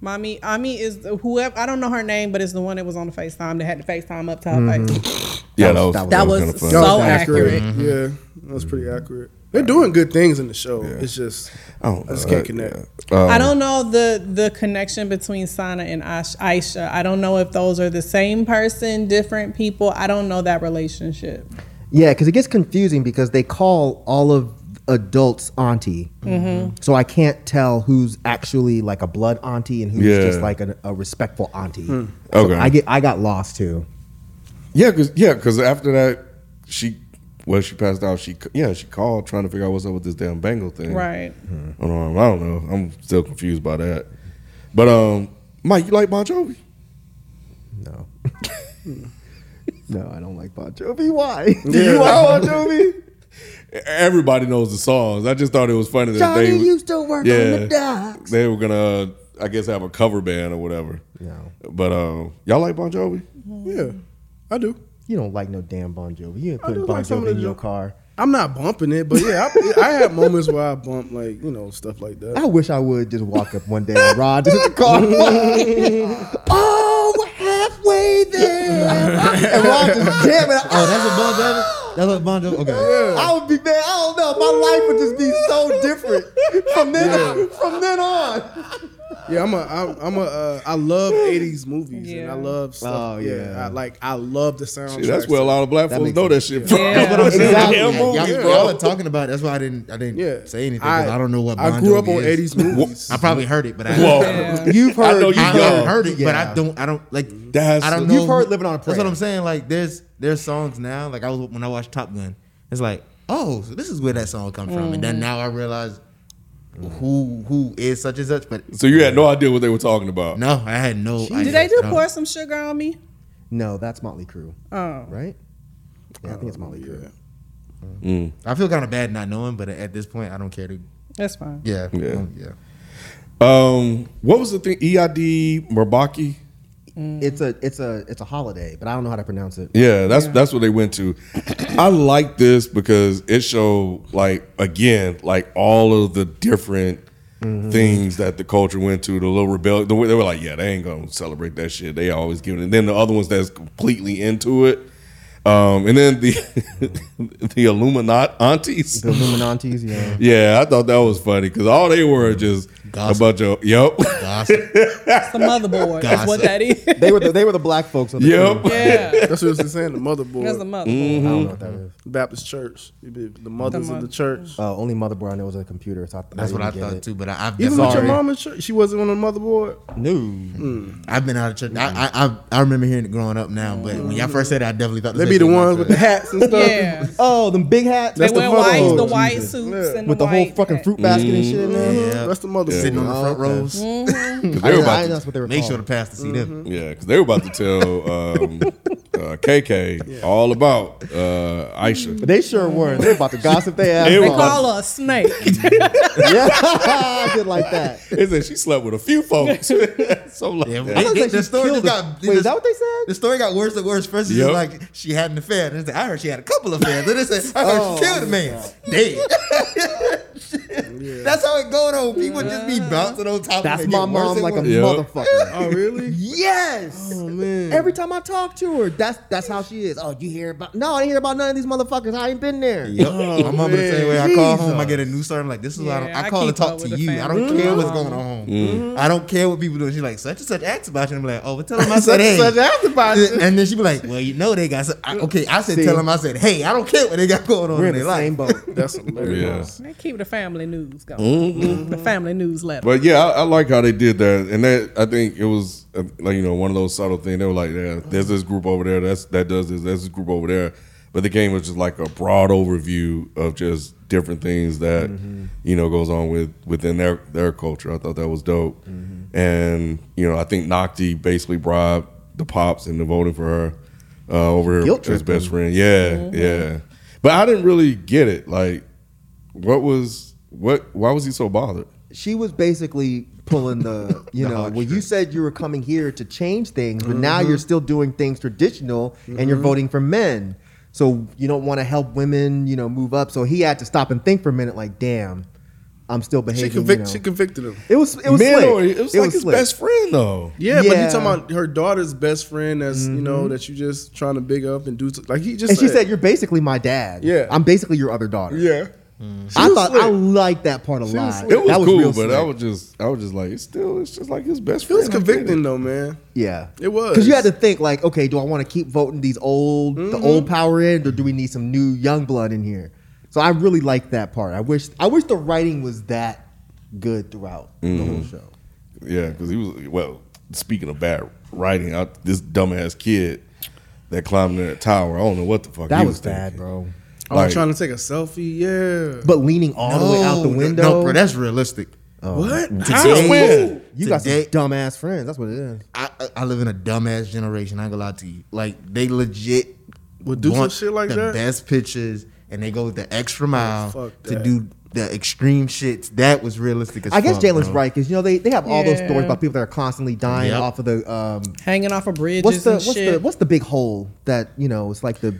Speaker 4: mommy Ami is the- whoever I don't know her name, but it's the one that was on the FaceTime that had the FaceTime up to her
Speaker 3: Mm-hmm.
Speaker 4: face.
Speaker 1: Yeah, that
Speaker 3: was-
Speaker 1: was
Speaker 3: that
Speaker 1: that
Speaker 3: was-
Speaker 4: That
Speaker 1: was,
Speaker 4: was
Speaker 1: kind of fun.
Speaker 4: so-
Speaker 2: was
Speaker 4: accurate.
Speaker 2: Yeah, that was pretty accurate. They're doing good things in the show. It's just
Speaker 1: I don't
Speaker 2: I just
Speaker 1: know. um,
Speaker 2: can't
Speaker 1: I-
Speaker 2: connect.
Speaker 1: Oh.
Speaker 4: I don't know the the connection between Sana and Aish- Aisha. I don't know if those are the same person, different people. I don't know that relationship.
Speaker 3: Yeah, because it gets confusing because they call all of adults auntie,
Speaker 2: Mm-hmm.
Speaker 3: so I can't tell who's actually like a blood auntie and who's
Speaker 1: Yeah.
Speaker 3: just like an, a respectful auntie.
Speaker 2: Hmm.
Speaker 1: Okay.
Speaker 3: So I get. I got lost too.
Speaker 1: Yeah, cause yeah, 'cause after that she well she passed out. She c- yeah she called trying to figure out what's up with this damn bangle thing.
Speaker 4: Right.
Speaker 1: On her arm. I don't know. I'm still confused by that. But um, Mike, you like Bon Jovi?
Speaker 3: No. no, I don't like Bon Jovi. Why? Do you like Bon Jovi?
Speaker 1: Everybody knows the songs. I just thought it was funny that
Speaker 3: Johnny
Speaker 1: they
Speaker 3: used to work on the docks.
Speaker 1: They were gonna, uh, I guess, have a cover band or whatever.
Speaker 3: No.
Speaker 1: But um, y'all like Bon Jovi?
Speaker 2: Yeah, I do.
Speaker 3: You don't like no damn Bon Jovi. You ain't
Speaker 2: I
Speaker 3: putting
Speaker 2: do
Speaker 3: Bon
Speaker 2: like some of
Speaker 3: Jovi in
Speaker 2: the
Speaker 3: your
Speaker 2: jo-
Speaker 3: car.
Speaker 2: I'm not bumping it, but yeah, I, I had moments where I bump like you know stuff like that.
Speaker 3: I wish I would just walk up one day and ride to the car. oh, we're halfway there. and Rod just jamming.
Speaker 5: Oh, that's what Bon Jovi. That's what Bon Jovi. Okay.
Speaker 3: I would be mad. I don't know. My life would just be so different from then from then on.
Speaker 2: Yeah, I'm a, I'm, I'm a, uh, I love '80s movies and
Speaker 4: Yeah.
Speaker 2: I love stuff.
Speaker 3: Oh,
Speaker 2: yeah,
Speaker 3: yeah.
Speaker 2: I, like I love the soundtrack.
Speaker 1: Shit, that's where a lot of black
Speaker 3: That
Speaker 1: folks
Speaker 3: makes
Speaker 1: know that shit. from.
Speaker 4: Yeah. That's what
Speaker 5: But I'm saying,
Speaker 3: Exactly.
Speaker 5: y'all-
Speaker 1: Damn movies,
Speaker 5: y'all,
Speaker 1: bro.
Speaker 5: y'all are talking about. it. That's why I didn't. I didn't
Speaker 2: Yeah,
Speaker 5: say anything. 'cause I, don't know what.
Speaker 2: I
Speaker 5: Bon
Speaker 2: grew
Speaker 5: Jovi
Speaker 2: up on
Speaker 5: is.
Speaker 2: '80s movies.
Speaker 5: I probably heard it, but I
Speaker 1: Whoa.
Speaker 3: You've
Speaker 1: I
Speaker 3: heard.
Speaker 1: know you
Speaker 5: I
Speaker 1: young.
Speaker 5: have heard it, but
Speaker 3: Yeah.
Speaker 5: I don't. I don't like.
Speaker 1: That's
Speaker 5: I don't
Speaker 1: the-
Speaker 5: know.
Speaker 3: You've heard "Living on a
Speaker 5: That's
Speaker 3: Prayer."
Speaker 5: what I'm saying. Like there's there's songs now. Like I was when I watched Top Gun. It's like oh, so this is where that song comes from, and then now I realize who who is such and such. But
Speaker 1: So you had no idea what they were talking about.
Speaker 5: no, I had no. idea.
Speaker 4: Did they do
Speaker 5: No.
Speaker 4: pour some sugar on me?
Speaker 3: no, that's Motley Crue,
Speaker 4: Oh.
Speaker 3: right? Yeah, I think it's Motley Crue.
Speaker 5: I feel kind of bad not knowing, but at this point, I don't care to.
Speaker 4: That's fine.
Speaker 5: Yeah,
Speaker 1: Yeah.
Speaker 5: yeah. yeah.
Speaker 1: Um, what was the thing? EID Murbaki.
Speaker 3: It's a it's a it's a holiday, but I don't know how to pronounce it.
Speaker 1: Yeah, that's that's what they went to. I like this because it showed like again like all of the different things that the culture went to. The little rebellion, the way they were like, yeah, they ain't gonna celebrate that shit. They always giving it. And then the other ones that's completely into it. Um, and then the the Illuminati aunties.
Speaker 3: The Illuminati's, yeah.
Speaker 1: Yeah, I thought that was funny because all they were just
Speaker 5: Gossip.
Speaker 1: a bunch of yep,
Speaker 5: Gossip.
Speaker 4: It's the motherboard. That's what
Speaker 5: Gossip.
Speaker 4: that is.
Speaker 3: They were the, they were the black folks. Of the
Speaker 1: yep.
Speaker 3: crew.
Speaker 4: yeah.
Speaker 2: That's what it's saying. The
Speaker 4: That's
Speaker 2: motherboard, the
Speaker 4: the
Speaker 3: I
Speaker 4: motherboard.
Speaker 3: don't know what that is.
Speaker 2: Baptist church, You be the mothers of
Speaker 4: mother-
Speaker 2: the church.
Speaker 3: Uh, only motherboard I know was a computer. So I,
Speaker 5: That's what I
Speaker 3: didn't get
Speaker 5: thought
Speaker 3: it.
Speaker 5: too. But I, I've
Speaker 2: Even
Speaker 5: been-
Speaker 2: with your
Speaker 5: Sorry.
Speaker 2: mama, church, she wasn't on the motherboard.
Speaker 3: No.
Speaker 5: I've been out of church. I, I I I remember hearing it growing up now, but when y'all first said it, I definitely thought
Speaker 2: They be the ones with the hats and stuff.
Speaker 4: Yeah.
Speaker 3: Oh, them big hats.
Speaker 4: They
Speaker 2: That's the
Speaker 4: wear
Speaker 2: mother-
Speaker 4: white, the
Speaker 2: oh,
Speaker 4: white
Speaker 2: Jesus.
Speaker 4: suits,
Speaker 2: Yeah.
Speaker 4: and
Speaker 3: with the
Speaker 4: the
Speaker 3: whole
Speaker 4: white-
Speaker 3: fucking fruit basket and shit in there.
Speaker 5: Yeah.
Speaker 2: That's the motherboard.
Speaker 5: sitting on the front
Speaker 3: okay.
Speaker 5: rows.
Speaker 1: They
Speaker 3: I,
Speaker 1: were
Speaker 3: didn't- I
Speaker 1: about
Speaker 3: didn't know
Speaker 1: to,
Speaker 3: that's what they were
Speaker 5: Make
Speaker 2: Mm-hmm.
Speaker 3: called.
Speaker 5: sure to pass to see them.
Speaker 1: yeah, because they were about to tell um, uh, KK all about uh, Aisha.
Speaker 3: But they sure were. They're about to gossip their ass
Speaker 1: They
Speaker 4: They
Speaker 1: were-
Speaker 3: off.
Speaker 4: call her a snake.
Speaker 3: Yeah, I did like that.
Speaker 1: It said she slept with a few folks. so I'm like,
Speaker 5: Yeah,
Speaker 3: I
Speaker 5: they-
Speaker 3: thought
Speaker 5: they-
Speaker 3: they
Speaker 5: the
Speaker 3: just
Speaker 5: story
Speaker 3: killed
Speaker 5: just
Speaker 3: us.
Speaker 5: got.
Speaker 3: Wait, is that what they said?
Speaker 5: The story got worse and worse. First, it's just
Speaker 1: Yep.
Speaker 5: like she had an affair. And it's like, I heard she had a couple of affairs. Then they said, I heard
Speaker 3: Oh,
Speaker 5: she killed a man. Dead. That's how it going on. People just be bouncing on top
Speaker 3: That's
Speaker 5: of it.
Speaker 3: my mom like a
Speaker 1: Yeah.
Speaker 3: motherfucker.
Speaker 2: Oh really?
Speaker 3: Yes.
Speaker 2: Oh
Speaker 5: Mm.
Speaker 2: man.
Speaker 3: Every time I talk to her, that's that's how she is. Oh, you hear about? No, I didn't hear about none of these motherfuckers. I ain't been there.
Speaker 5: Yep. my mom the same way. I call home, I
Speaker 3: Oh, Jesus.
Speaker 5: get a new story. I'm like, this is what I,
Speaker 4: Yeah,
Speaker 5: don't, I
Speaker 4: I
Speaker 5: call to
Speaker 4: keep
Speaker 5: talk
Speaker 4: up
Speaker 5: to
Speaker 4: with the
Speaker 5: you. I don't
Speaker 4: family.
Speaker 5: care what's
Speaker 4: Mhm.
Speaker 3: Mm-hmm.
Speaker 5: going on. I don't care what people doing. She's like, such and such acts about you. And I'm like, oh, but tell them I said, hey.
Speaker 3: Such acts about you.
Speaker 5: And then she be like, well, you know they got. Some, I, okay, I said,
Speaker 3: See?
Speaker 5: tell them I said, hey, I don't care what they got going on
Speaker 3: We're in
Speaker 5: in
Speaker 3: the
Speaker 5: their life.
Speaker 3: same boat.
Speaker 2: That's hilarious.
Speaker 1: yeah.
Speaker 4: They keep the family news going. The family newsletter.
Speaker 1: But yeah, I, I like how they did that, and that I think it was uh, like you know one of those subtle things. They were like, yeah, there's this group over there that's that does this, there's this group over there, but the game was just like a broad overview of just different things that you know goes on with within their their culture. I thought that was dope, and you know I think Nocti basically bribed the pops into voting for her uh, over
Speaker 3: Guilt
Speaker 1: his
Speaker 3: tripping.
Speaker 1: best friend. Yeah, yeah, but I didn't really get it. Like, what was what? Why was he so bothered?
Speaker 3: she was basically pulling the you know well you said you were coming here to change things but now
Speaker 1: Mm-hmm.
Speaker 3: you're still doing things traditional and you're voting for men so you don't want to help women you know move up so he had to stop and think for a minute like damn i'm still behaving
Speaker 2: She
Speaker 3: you
Speaker 2: convict.
Speaker 3: know.
Speaker 2: She convicted him.
Speaker 3: it was it was
Speaker 1: Man,
Speaker 3: slick.
Speaker 1: or it was like his
Speaker 3: slick.
Speaker 1: best friend though.
Speaker 2: Yeah, but
Speaker 3: Yeah. Mm-hmm.
Speaker 2: he talking about her daughter's best friend. That's you know that you just trying to big up and do t- like he just.
Speaker 3: and she said you're basically my dad
Speaker 2: Yeah.
Speaker 3: i'm basically your other daughter
Speaker 2: "Yeah,
Speaker 3: i thought i
Speaker 2: slick.
Speaker 3: liked that part a
Speaker 2: was
Speaker 3: lot
Speaker 2: slick.
Speaker 1: It was,
Speaker 3: that
Speaker 1: cool,
Speaker 3: real
Speaker 1: but
Speaker 3: slick.
Speaker 1: I was just, I was just like, it's still, it's just like his best
Speaker 2: it
Speaker 1: friend.
Speaker 2: was convicting though, man.
Speaker 3: Yeah,
Speaker 2: It was.
Speaker 3: because you had to think like, okay, do I want to keep voting these old the old power in, or do we need some new young blood in here? So I really liked that part. I wish I wish the writing was that good throughout the
Speaker 5: Mm-hmm.
Speaker 3: whole show.
Speaker 1: Yeah, because he was. Well, speaking of bad writing, I, this dumbass kid that climbed that tower. I don't know what the fuck.
Speaker 3: That
Speaker 1: he
Speaker 3: was bad,
Speaker 1: thinking.
Speaker 3: bro.
Speaker 2: Oh,
Speaker 1: Like-
Speaker 2: trying to take a selfie. Yeah,
Speaker 3: But leaning all the way out the
Speaker 5: no,
Speaker 3: window,
Speaker 5: No, bro, that's realistic.
Speaker 3: Oh.
Speaker 2: what?
Speaker 1: Today-
Speaker 2: How?
Speaker 3: you got
Speaker 5: Today-
Speaker 3: some dumbass friends. That's what it is.
Speaker 5: I, I- I live in a dumbass generation. I ain't gonna lie to you. Like they legit
Speaker 2: Would do some shit like
Speaker 5: the
Speaker 2: that? Oh,
Speaker 5: best pictures, and they go the extra mile
Speaker 2: fuck
Speaker 5: to
Speaker 2: that.
Speaker 5: do the extreme shits. That was realistic. As
Speaker 3: I guess
Speaker 5: fuck,
Speaker 3: Jalen's
Speaker 5: bro.
Speaker 3: right because you know they, they have all those stories
Speaker 4: Yeah.
Speaker 3: about people that are constantly dying
Speaker 5: Yep.
Speaker 3: off of the um.
Speaker 4: Hanging off of bridges
Speaker 3: What's the
Speaker 4: and
Speaker 3: what's
Speaker 4: shit.
Speaker 3: the what's the big hole that you know? It's like the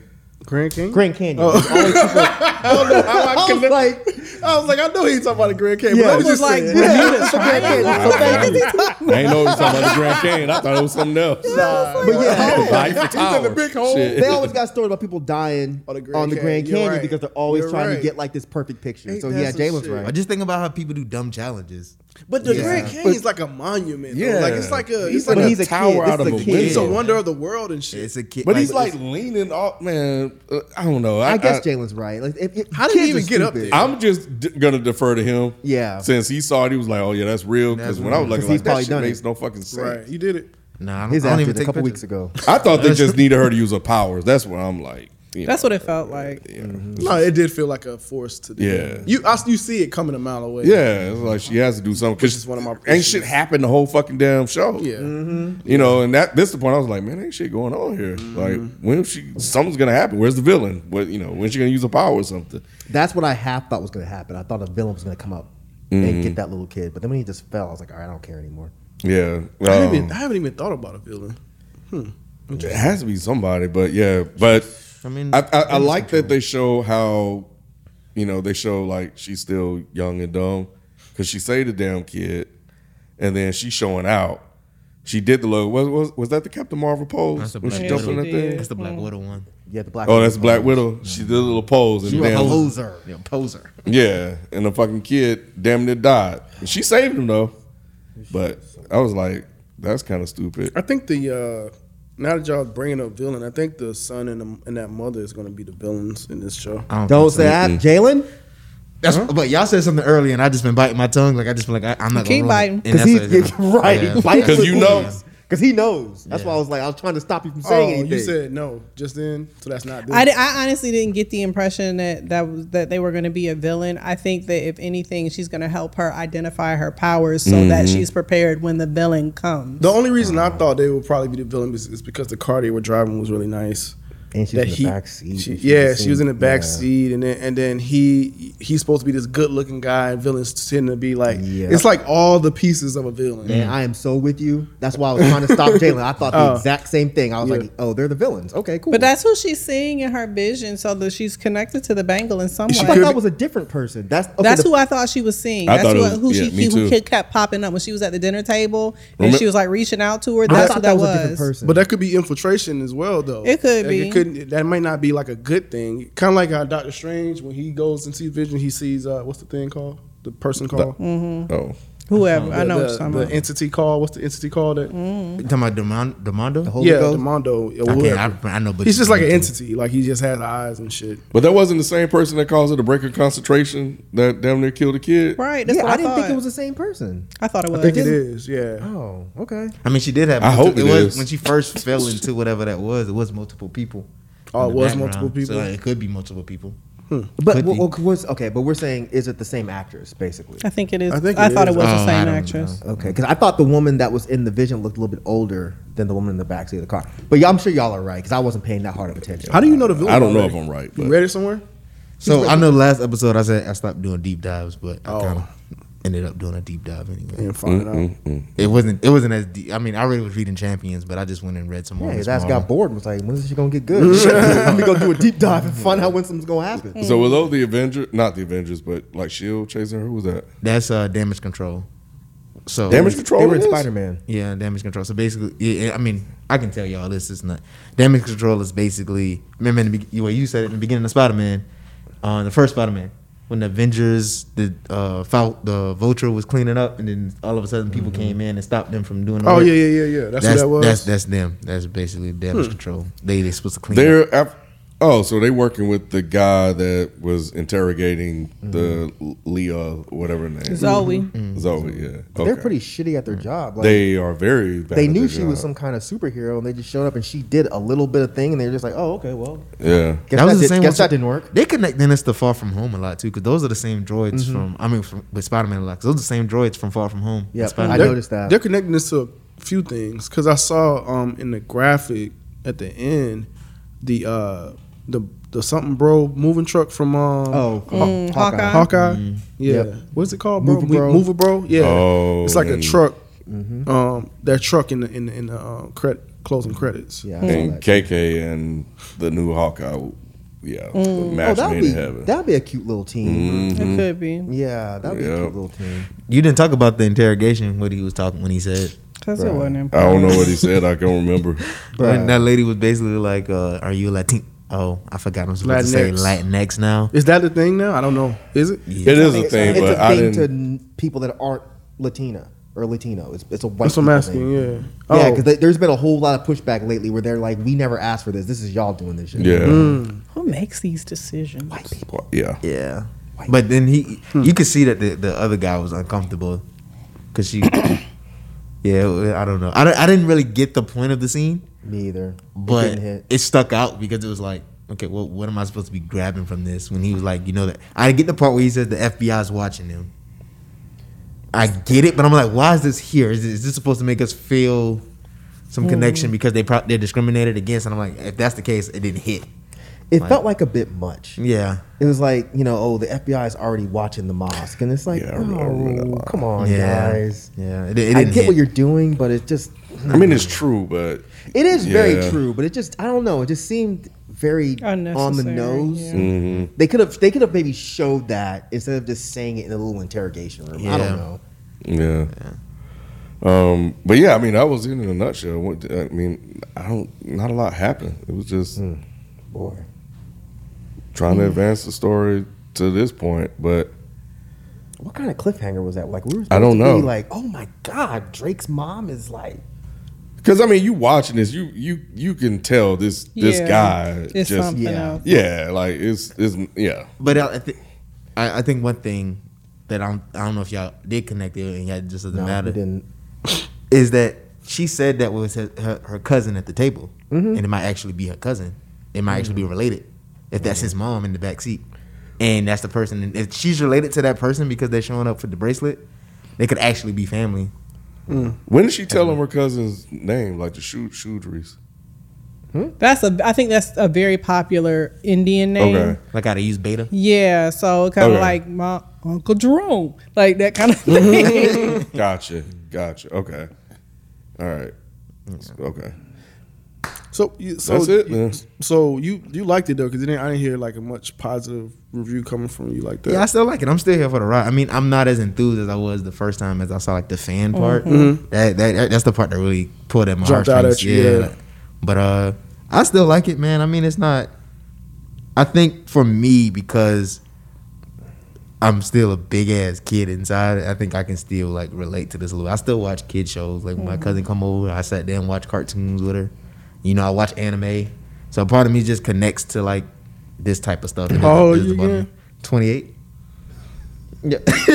Speaker 2: Grand Canyon.
Speaker 3: Grand Canyon. There's always people- I was like,
Speaker 2: I was like, I know he's talking about the Grand Canyon.
Speaker 3: Yeah.
Speaker 2: but I was
Speaker 3: It was
Speaker 2: just like,
Speaker 4: like-
Speaker 2: yeah.
Speaker 3: Yeah, it's the Grand Canyon. So thank you.
Speaker 1: I ain't know he was talking about the Grand Canyon. I thought it was something else.
Speaker 3: But yeah,
Speaker 1: Life of
Speaker 2: in the
Speaker 1: Tower.
Speaker 2: big hole.
Speaker 1: Shit.
Speaker 3: they always got stories about people dying
Speaker 2: On
Speaker 3: on
Speaker 2: the
Speaker 3: the
Speaker 2: Grand
Speaker 3: Grand,
Speaker 2: Canyon. You're
Speaker 3: Canyon
Speaker 2: right.
Speaker 3: because they're always
Speaker 2: You're
Speaker 3: trying
Speaker 2: right.
Speaker 3: to get like this perfect picture.
Speaker 2: Ain't
Speaker 3: so
Speaker 2: that
Speaker 3: yeah,
Speaker 2: some
Speaker 3: Jalen's
Speaker 2: shit?
Speaker 5: I
Speaker 3: right.
Speaker 5: just think about how people do dumb challenges.
Speaker 2: but the
Speaker 5: Yeah.
Speaker 2: Grand Canyon is like a monument. though.
Speaker 1: Yeah.
Speaker 2: Like it's like a, it's
Speaker 3: But
Speaker 2: like a,
Speaker 3: he's a
Speaker 1: tower
Speaker 3: kid.
Speaker 1: out of
Speaker 3: This is
Speaker 1: a
Speaker 3: a
Speaker 1: window.
Speaker 3: kid.
Speaker 2: it's a wonder of the world and shit.
Speaker 5: It's a kid,
Speaker 1: But he's like
Speaker 5: it's-
Speaker 1: leaning off, man. uh, I don't know.
Speaker 3: I guess Jalen's right. Like, if, if,
Speaker 2: How did he
Speaker 3: kids are
Speaker 2: even get up
Speaker 3: stupid.
Speaker 2: there?
Speaker 1: I'm just d- gonna defer to him.
Speaker 3: Yeah.
Speaker 1: Since he saw it, he was like, "Oh yeah, that's real." Because
Speaker 5: That's
Speaker 1: when I was
Speaker 5: real.
Speaker 1: looking
Speaker 3: 'Cause he's
Speaker 1: like that,
Speaker 3: probably
Speaker 1: shit
Speaker 3: done it.
Speaker 1: makes no fucking sense.
Speaker 2: right. You did it.
Speaker 5: nah, I don't,
Speaker 3: His
Speaker 5: I don't
Speaker 3: ass
Speaker 5: even
Speaker 3: did
Speaker 5: take
Speaker 3: a couple weeks
Speaker 5: pictures.
Speaker 3: ago.
Speaker 1: I thought they just needed her to use her powers. That's what I'm like. you
Speaker 4: That's
Speaker 1: know.
Speaker 4: what it felt like.
Speaker 1: Yeah.
Speaker 2: No, it did feel like a force to do.
Speaker 1: Yeah.
Speaker 2: you I, you see it coming a mile away.
Speaker 1: Yeah, it's like she has to do something because
Speaker 2: is one of my
Speaker 1: ain't
Speaker 2: issues.
Speaker 1: shit happened the whole fucking damn show.
Speaker 2: yeah.
Speaker 3: Mm-hmm.
Speaker 1: you know, and that this the point I was like, man, ain't shit going on here. Like, when she something's gonna happen? Where's the villain? What you know? When she gonna use her power or something?
Speaker 3: That's what I half thought was going to happen. I thought a villain was going to come up
Speaker 5: Mm.
Speaker 3: and get that little kid. But then when he just fell, I was like, all right, I don't care anymore.
Speaker 1: Yeah,
Speaker 2: I, haven't
Speaker 1: um,
Speaker 2: even, I haven't even thought about a villain.
Speaker 1: It has to be somebody, but yeah, but I
Speaker 5: I
Speaker 1: mean,
Speaker 5: mean,
Speaker 1: I, I, like that they show how you know they show like she's still young and dumb because she saved the damn kid, and then she's showing out. She did the low. Was, was was that the Captain Marvel pose
Speaker 5: That's the
Speaker 1: when she
Speaker 5: Black
Speaker 1: jumped
Speaker 5: Widow.
Speaker 1: in that
Speaker 4: Yeah.
Speaker 1: thing?
Speaker 5: That's the Black Widow one.
Speaker 3: Yeah, the black.
Speaker 1: Oh, that's Black Widow. She did a little pose and
Speaker 5: You're a
Speaker 1: damn,
Speaker 5: poser. You're a poser.
Speaker 1: yeah, and the fucking kid damn near died. She saved him though, but I was like, that's kind of stupid.
Speaker 2: I think the uh, now that y'all bringing up villain, I think the son and, the, and that mother is going to be the villains in this show.
Speaker 5: I
Speaker 3: Don't say that, Jalen.
Speaker 5: That's, But y'all said something earlier, and I just been biting my tongue. Like I just been like I, I'm not.
Speaker 4: keep
Speaker 5: gonna ruin
Speaker 4: biting.
Speaker 5: it. And
Speaker 3: Because
Speaker 5: that's what
Speaker 3: he's
Speaker 5: it's-
Speaker 3: right.
Speaker 5: Yeah.
Speaker 1: Because you know-
Speaker 3: Because because he knows. That's why I was like, I was trying to stop you from saying
Speaker 2: oh,
Speaker 3: anything.
Speaker 2: you said no just then, so that's not. This.
Speaker 4: I, di- I honestly didn't get the impression that that was, that they were going to be a villain. I think that if anything, she's going to help her identify her powers so that she's prepared when the villain comes.
Speaker 2: The only reason I thought they would probably be the villain is, is because the car they were driving was really nice.
Speaker 3: And she was in the
Speaker 2: he-
Speaker 3: back seat.
Speaker 2: she-
Speaker 3: and she
Speaker 2: yeah,
Speaker 3: was
Speaker 2: she was in the
Speaker 3: seeing-
Speaker 2: back
Speaker 3: yeah.
Speaker 2: seat, and then and then he he's supposed to be this good looking guy, and villains tend to be like
Speaker 3: Yeah.
Speaker 2: it's like all the pieces of a villain.
Speaker 3: And I am so with you. That's why I was trying to stop Jalen. I thought the
Speaker 2: Oh.
Speaker 3: exact same thing. I was
Speaker 2: Yeah.
Speaker 3: like, oh, they're the villains. Okay, cool.
Speaker 4: But that's who she's seeing in her vision, so that she's connected to the bangle in some way.
Speaker 2: She
Speaker 3: I
Speaker 2: could
Speaker 3: thought
Speaker 2: be-
Speaker 3: that was a different person. That's okay,
Speaker 4: That's
Speaker 3: the-
Speaker 4: who I thought she was seeing.
Speaker 1: I
Speaker 4: That's
Speaker 1: thought
Speaker 4: who,
Speaker 1: it was-
Speaker 4: who
Speaker 1: yeah,
Speaker 4: she
Speaker 1: me
Speaker 4: he- who
Speaker 1: too.
Speaker 4: kept popping up when she was at the dinner table and
Speaker 1: Remem-
Speaker 4: she was like reaching out to her.
Speaker 3: I
Speaker 4: That's who
Speaker 3: thought
Speaker 4: that
Speaker 3: that
Speaker 4: was.
Speaker 3: was, a different person.
Speaker 2: But that could be infiltration as well, though.
Speaker 4: It could
Speaker 2: Like,
Speaker 4: be.
Speaker 2: It couldn't. That might not be like a good thing. Kind of like how Doctor Strange, when he goes and sees Vision, he sees uh, what's the thing called? The person called.
Speaker 1: Oh,
Speaker 4: Whoever Mm, I
Speaker 2: The-
Speaker 4: know what
Speaker 2: the,
Speaker 4: you're talking
Speaker 2: the
Speaker 4: about. Mm-hmm.
Speaker 2: entity called. What's the entity called? That
Speaker 5: You talking about Demon- Demondo?
Speaker 3: the Holy
Speaker 2: yeah,
Speaker 3: Ghost.
Speaker 2: Demondo. Or
Speaker 5: I,
Speaker 2: whatever.
Speaker 5: can't, I, I know, but
Speaker 2: He's just like an entity. Like he just has eyes and shit.
Speaker 1: but that wasn't the same person that caused her to break her concentration that damn near killed a kid.
Speaker 4: Right. That's
Speaker 3: yeah,
Speaker 4: what
Speaker 3: I,
Speaker 4: I,
Speaker 3: didn't
Speaker 4: thought.
Speaker 3: think it was the same person.
Speaker 4: I thought it was.
Speaker 2: I think it is. Yeah.
Speaker 3: Oh, okay.
Speaker 5: I mean, she did have.
Speaker 1: I hope it
Speaker 5: was
Speaker 1: is.
Speaker 5: when she first fell into whatever that was. It was multiple people.
Speaker 2: Oh,
Speaker 5: in
Speaker 2: it
Speaker 5: the
Speaker 2: was
Speaker 5: background.
Speaker 2: multiple people.
Speaker 5: So it could be multiple people.
Speaker 3: But
Speaker 5: Could be.
Speaker 3: well, was, okay, but we're saying is it the same actress basically?
Speaker 4: I think it is. I,
Speaker 2: I think it
Speaker 4: thought
Speaker 2: is.
Speaker 4: it was the
Speaker 5: Oh, I
Speaker 4: same
Speaker 5: don't
Speaker 4: actress.
Speaker 3: Okay, because I thought the woman that was in the vision looked a little bit older than the woman in the backseat of the car. But yeah, I'm sure y'all are right because I wasn't paying that hard of attention.
Speaker 2: How do you know the villain?
Speaker 1: I don't know
Speaker 2: already?
Speaker 1: if I'm right,
Speaker 2: You
Speaker 1: but-
Speaker 2: read it somewhere?
Speaker 5: So I know last episode I said I stopped doing deep dives, but
Speaker 2: Oh.
Speaker 5: I kind of ended up doing a deep dive anyway.
Speaker 2: And find out.
Speaker 5: It wasn't. It wasn't as. deep. I mean, I already was reading Champions, but I just went and read some more.
Speaker 3: Yeah,
Speaker 5: Miss
Speaker 3: his ass got
Speaker 5: Marvel.
Speaker 3: bored and was like, "When is she gonna get good? Shit, Let me go do a deep dive and find out when something's gonna happen."
Speaker 1: So were those the Avengers? Not the Avengers, but like Shield E chasing her. Who was that?
Speaker 5: That's uh, damage control. So
Speaker 1: Damage control.
Speaker 3: They were in
Speaker 1: it is?
Speaker 3: Spider Man.
Speaker 5: Yeah, damage control. So basically, yeah, I mean, I can tell y'all this is not damage control is basically remember in the, be- well, you said it in the beginning of Spider Man, uh, the first Spider Man when the Avengers the uh Fal- the Vulture was cleaning up and then all of a sudden
Speaker 3: Mm-hmm.
Speaker 5: people came in and stopped them from doing. the
Speaker 2: Oh
Speaker 5: work.
Speaker 2: yeah, yeah, yeah, yeah. That's,
Speaker 5: That's,
Speaker 2: what that was.
Speaker 5: that's that's them. That's basically
Speaker 3: Hmm.
Speaker 5: damage control. They they supposed to clean. up.
Speaker 1: They're af- oh, so they working with the guy that was interrogating
Speaker 3: Mm-hmm.
Speaker 1: the Leah, whatever her name. is.
Speaker 4: Zoe.
Speaker 1: Zoe, yeah.
Speaker 3: They're
Speaker 1: Okay.
Speaker 3: pretty shitty at their job. Like,
Speaker 1: They are very. Bad
Speaker 3: they
Speaker 1: at
Speaker 3: knew
Speaker 1: their
Speaker 3: she was
Speaker 1: job.
Speaker 3: some kind of superhero and they just showed up and she did a little bit of thing and they were just like, "Oh, okay, well,
Speaker 1: Yeah.
Speaker 3: guess
Speaker 5: that was the
Speaker 3: did-
Speaker 5: same.
Speaker 3: guess
Speaker 5: one-
Speaker 3: that didn't work." Mm-hmm.
Speaker 5: They connecting us to Far From Home a lot too, because those are the same droids from. I mean, from, with Spider Man a lot. 'cause those are the same droids from Far From Home.
Speaker 3: Yeah,
Speaker 5: Spider-
Speaker 3: I
Speaker 2: They're-
Speaker 3: noticed that.
Speaker 2: They're connecting this to a few things because I saw um in the graphic at the end the uh the the something bro moving truck from um
Speaker 3: Oh,
Speaker 4: Mm, Hawkeye.
Speaker 3: Hawkeye.
Speaker 2: Hawkeye. Yeah.
Speaker 3: Yep.
Speaker 2: What's it called, bro?
Speaker 3: Mover
Speaker 2: Mover
Speaker 3: Bro.
Speaker 2: Mm-hmm. bro. Mover bro? Yeah.
Speaker 1: Oh,
Speaker 2: it's like a
Speaker 1: and-
Speaker 2: truck. Um, that truck in the in the, in the uh, cred- closing credits.
Speaker 3: Yeah, I saw
Speaker 1: And
Speaker 3: that.
Speaker 1: KK and the new Hawkeye. Yeah.
Speaker 4: Mm.
Speaker 1: the
Speaker 3: Oh,
Speaker 1: Match
Speaker 3: that'd
Speaker 1: made
Speaker 3: be
Speaker 1: in heaven. Mm-hmm.
Speaker 3: that'd be a cute little team.
Speaker 4: It could be.
Speaker 3: Yeah, that'd be a
Speaker 1: Yeah.
Speaker 3: cute little team.
Speaker 5: You didn't talk about the interrogation. What he was talking when he said
Speaker 4: Because it wasn't
Speaker 1: I
Speaker 4: important.
Speaker 1: don't know what he said. I can't remember.
Speaker 5: when that lady was basically like, uh, "Are you Latin?" Oh, I forgot I'm supposed to say
Speaker 2: Latinx.
Speaker 5: Latinx now.
Speaker 2: Is that the thing now? I don't know. Is it?
Speaker 1: It is a
Speaker 3: It's-
Speaker 1: thing,
Speaker 3: it's
Speaker 1: but
Speaker 3: a
Speaker 1: I
Speaker 3: thing
Speaker 1: didn't.
Speaker 3: to n- people that aren't Latina or Latino. It's it's a white.
Speaker 2: That's what I'm
Speaker 3: people
Speaker 2: asking.
Speaker 3: thing.
Speaker 2: Yeah. Oh.
Speaker 3: Yeah,
Speaker 1: Oh.
Speaker 3: because there's been a whole lot of pushback lately where they're like, "We never asked for this. This is y'all doing this shit."
Speaker 1: Yeah.
Speaker 3: Mm.
Speaker 4: Who makes these decisions?
Speaker 1: Yeah.
Speaker 5: Yeah, but then he, you could see that the, the other guy was uncomfortable because she. yeah, I don't know. I, don't- I didn't really get the point of the scene.
Speaker 3: me either. It
Speaker 5: but
Speaker 3: didn't
Speaker 5: it,
Speaker 3: hit.
Speaker 5: stuck out because it was like, okay, well, what am I supposed to be grabbing from this? When he was like, you know that I get the part where he says the FBI is watching him. I get it, but I'm like, why is this here? Is this, is this supposed to make us feel
Speaker 3: Hmm.
Speaker 5: some connection because they pro- they're discriminated against? And I'm like, if that's the case, it didn't hit.
Speaker 3: it felt like a bit much.
Speaker 5: Yeah,
Speaker 3: It was like you know, oh, the FBI is already watching the mosque, and it's like,
Speaker 1: Yeah, I remember- I remember that
Speaker 3: oh,
Speaker 1: line.
Speaker 3: come on,
Speaker 5: yeah,
Speaker 3: guys.
Speaker 5: yeah. It, it didn't
Speaker 3: I get
Speaker 5: hit.
Speaker 3: what you're doing, but it just
Speaker 1: I mean, it's true, but
Speaker 3: it is very
Speaker 1: Yeah.
Speaker 3: true. But it just I don't know. It just seemed very on the
Speaker 4: Unnecessary,
Speaker 3: nose.
Speaker 4: yeah.
Speaker 1: Mm-hmm.
Speaker 3: They could have they could have maybe showed that instead of just saying it in a little interrogation room. I
Speaker 5: Yeah.
Speaker 3: don't know.
Speaker 1: Yeah. Um, but yeah, I mean, that was it in a nutshell. What, I mean, I don't. Not a lot happened. It was just
Speaker 3: Boy,
Speaker 1: trying
Speaker 3: Mm.
Speaker 1: to advance the story to this point. But
Speaker 3: what kind of cliffhanger was that? Like we were.
Speaker 1: I don't
Speaker 3: supposed to be
Speaker 1: know.
Speaker 3: like, oh my god, Drake's mom is like.
Speaker 1: because I mean, you watching this, you you you can tell this this
Speaker 4: Yeah.
Speaker 1: guy
Speaker 4: It's
Speaker 1: just
Speaker 4: something
Speaker 3: yeah.
Speaker 4: else.
Speaker 1: yeah, like it's it's yeah.
Speaker 5: But I, I think I, I think one thing that I don't, I don't know if y'all did connect it and y'all just doesn't
Speaker 3: No,
Speaker 5: matter
Speaker 3: it didn't.
Speaker 5: is that she said that was her, her, her cousin at the table, and it might actually be her cousin. It might actually be related if that's his mom in the back seat, and that's the person. And if she's related to that person because they're showing up for the bracelet, they could actually be family.
Speaker 1: When did she tell him her cousin's name? Like the shoe shootries.
Speaker 4: That's a. I think that's a very popular Indian name.
Speaker 1: Okay.
Speaker 5: Like how they use beta.
Speaker 4: Yeah, so kind of
Speaker 1: Okay. Mm-hmm.
Speaker 4: like my Uncle Jerome, like that kind of thing.
Speaker 1: Gotcha. Gotcha. Okay. All right. Okay.
Speaker 2: So, you, so
Speaker 1: That's it,
Speaker 2: you-
Speaker 1: man.
Speaker 2: So you you liked it though, because didn't I didn't hear like a much positive review coming from you like that.
Speaker 5: Yeah, I still like it. I'm still here for the ride. I mean, I'm not as enthused as I was the first time as I saw like the fan part. That, that that's the part that really pulled at my
Speaker 2: Mm-hmm. Jumped out
Speaker 5: heartstrings.
Speaker 2: at you, yeah.
Speaker 5: like- but uh, I still like it, man. I mean, it's not. I think for me because I'm still a big ass kid inside. I think I can still like relate to this a little. I still watch kid shows. Like when my cousin come over, I sat there and watch cartoons with her. You know, I watch anime. So part of me just connects to like this type of stuff.
Speaker 2: How old you again?
Speaker 5: Twenty eight. Yeah.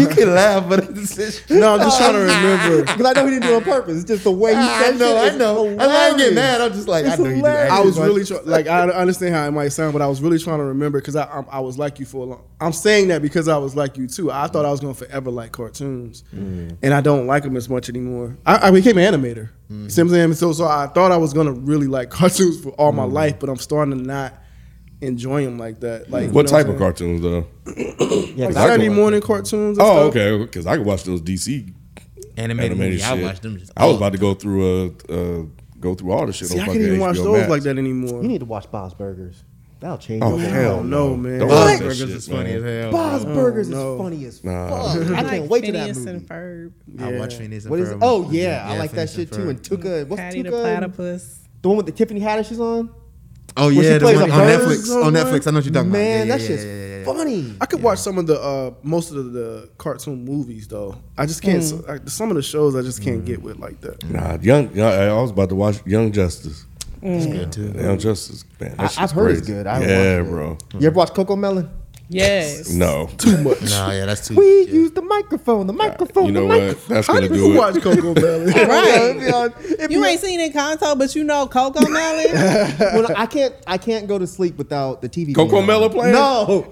Speaker 5: you can laugh, but it's just,
Speaker 2: No, I'm just trying to remember.
Speaker 3: Because I know he didn't do it on purpose. It's just the way he
Speaker 5: Ah, I
Speaker 3: said
Speaker 5: know, I
Speaker 3: it.
Speaker 5: know. I'm not getting mad. I'm just like, I
Speaker 3: It's
Speaker 5: know you did
Speaker 3: hilarious.
Speaker 5: that.
Speaker 2: I was
Speaker 3: Like-
Speaker 2: really try- like I understand how it might sound, but I was really trying to remember because I, I I was like you for a long. I'm saying that because I was like you too. I thought I was going to forever like cartoons, and I don't like them as much anymore. I, I became an animator. You see what I'm saying? So so I thought I was going to really like cartoons for all my life, but I'm starting to not enjoy them like that. Like you
Speaker 1: What
Speaker 2: know
Speaker 1: type
Speaker 2: I'm
Speaker 1: of cartoons
Speaker 2: saying?
Speaker 1: though?
Speaker 3: Yeah, 'cause I
Speaker 2: Saturday
Speaker 3: go-
Speaker 2: morning cartoons. And
Speaker 1: Oh,
Speaker 2: stuff.
Speaker 1: okay. Because I could watch those DC
Speaker 5: Animated,
Speaker 1: animated
Speaker 5: movie.
Speaker 1: shit.
Speaker 5: I watched them. Just,
Speaker 1: I was about to go through uh, uh go through all the shit.
Speaker 2: See,
Speaker 1: on
Speaker 2: I
Speaker 1: fucking
Speaker 2: can't even watch
Speaker 1: Oh, HBO
Speaker 2: those
Speaker 1: Max.
Speaker 2: like that anymore.
Speaker 3: You need to watch Bob's Burgers. That'll change.
Speaker 1: Oh
Speaker 3: your world.
Speaker 1: hell no,
Speaker 2: no, man.
Speaker 1: Don't
Speaker 3: Bob's
Speaker 1: watch that
Speaker 5: Burgers
Speaker 1: shit,
Speaker 5: is funny
Speaker 1: man.
Speaker 5: as hell.
Speaker 3: Bob's Burgers
Speaker 2: no.
Speaker 3: is funny as
Speaker 1: Nah.
Speaker 3: fuck. Oh, I can't wait to that
Speaker 4: Phineas
Speaker 3: movie.
Speaker 4: and Ferb, mm,
Speaker 5: I
Speaker 2: Yeah.
Speaker 5: watched Phineas and
Speaker 3: What is it?
Speaker 5: Ferb.
Speaker 3: Oh yeah, I like that
Speaker 5: Phineas
Speaker 3: shit
Speaker 5: Ferb.
Speaker 3: too. And Tuka, what's
Speaker 4: Patty the
Speaker 3: Tuka?
Speaker 4: Platypus.
Speaker 3: The one with the Tiffany Haddish is on.
Speaker 5: Oh
Speaker 3: she
Speaker 5: yeah, the
Speaker 3: plays
Speaker 5: one
Speaker 3: a
Speaker 5: on
Speaker 3: bird
Speaker 5: Netflix. On
Speaker 2: somewhere?
Speaker 5: Netflix, I know what you're talking
Speaker 3: Man,
Speaker 5: about. Yeah,
Speaker 3: that
Speaker 5: yeah,
Speaker 3: shit's
Speaker 5: yeah, yeah, yeah, yeah.
Speaker 3: funny.
Speaker 2: I could watch some of the uh, most of the cartoon movies though. I just can't.
Speaker 4: Hmm.
Speaker 2: so- I- some of the shows I just
Speaker 1: Mm.
Speaker 2: can't get with like that.
Speaker 1: Nah, young. yeah, I I was about to watch Young Justice.
Speaker 5: It's good too.
Speaker 1: Young Justice, man. that
Speaker 3: I-
Speaker 1: shit's
Speaker 3: I've heard it's
Speaker 1: crazy.
Speaker 3: good. I haven't
Speaker 1: yeah,
Speaker 3: watched it.
Speaker 1: bro.
Speaker 3: You ever watch Coco Melon?
Speaker 4: Yes.
Speaker 1: No,
Speaker 5: Nah, yeah, that's too.
Speaker 3: We
Speaker 5: yeah.
Speaker 3: use the microphone. The microphone.
Speaker 1: you know
Speaker 3: the
Speaker 1: what?
Speaker 3: microphone.
Speaker 1: That's
Speaker 2: How
Speaker 1: gonna
Speaker 2: do you
Speaker 1: do
Speaker 2: watch
Speaker 1: it.
Speaker 2: Coco Melon?
Speaker 3: Right. If
Speaker 4: You ain't seen Encanto, but you know Coco Melon.
Speaker 3: Well, I can't. I can't go to sleep without the TV.
Speaker 1: Coco
Speaker 3: being on.
Speaker 1: Melon playing?
Speaker 3: No.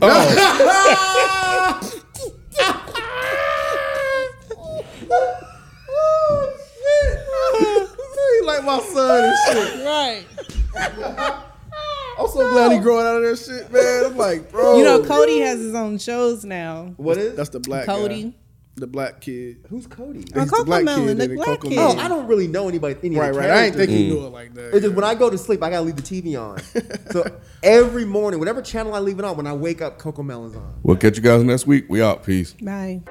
Speaker 3: Oh,
Speaker 2: He like my son and shit.
Speaker 4: right.
Speaker 2: I'm so glad he growing out of that shit, man. I'm like, bro.
Speaker 4: You know Cody has his own shows now.
Speaker 3: Oh. What is?
Speaker 2: that's the black guy.
Speaker 4: Cody.
Speaker 2: the black kid.
Speaker 3: Who's Cody?
Speaker 4: Oh,
Speaker 2: He's the
Speaker 4: Coco
Speaker 2: black
Speaker 4: Melon,
Speaker 2: kid
Speaker 4: the
Speaker 2: in it,
Speaker 4: black
Speaker 2: Coco
Speaker 4: kid.
Speaker 3: Oh,
Speaker 2: Melon.
Speaker 3: I don't really know anybody. Any of the
Speaker 2: right, right. I ain't
Speaker 3: characters.
Speaker 2: think he knew it like
Speaker 3: It's
Speaker 2: that.
Speaker 3: just when I go to sleep, I gotta leave the TV on. So every morning, whatever channel I leave it on, when I wake up, Coco Melon's on.
Speaker 1: We'll catch you guys next week. We out. Peace.
Speaker 4: Bye.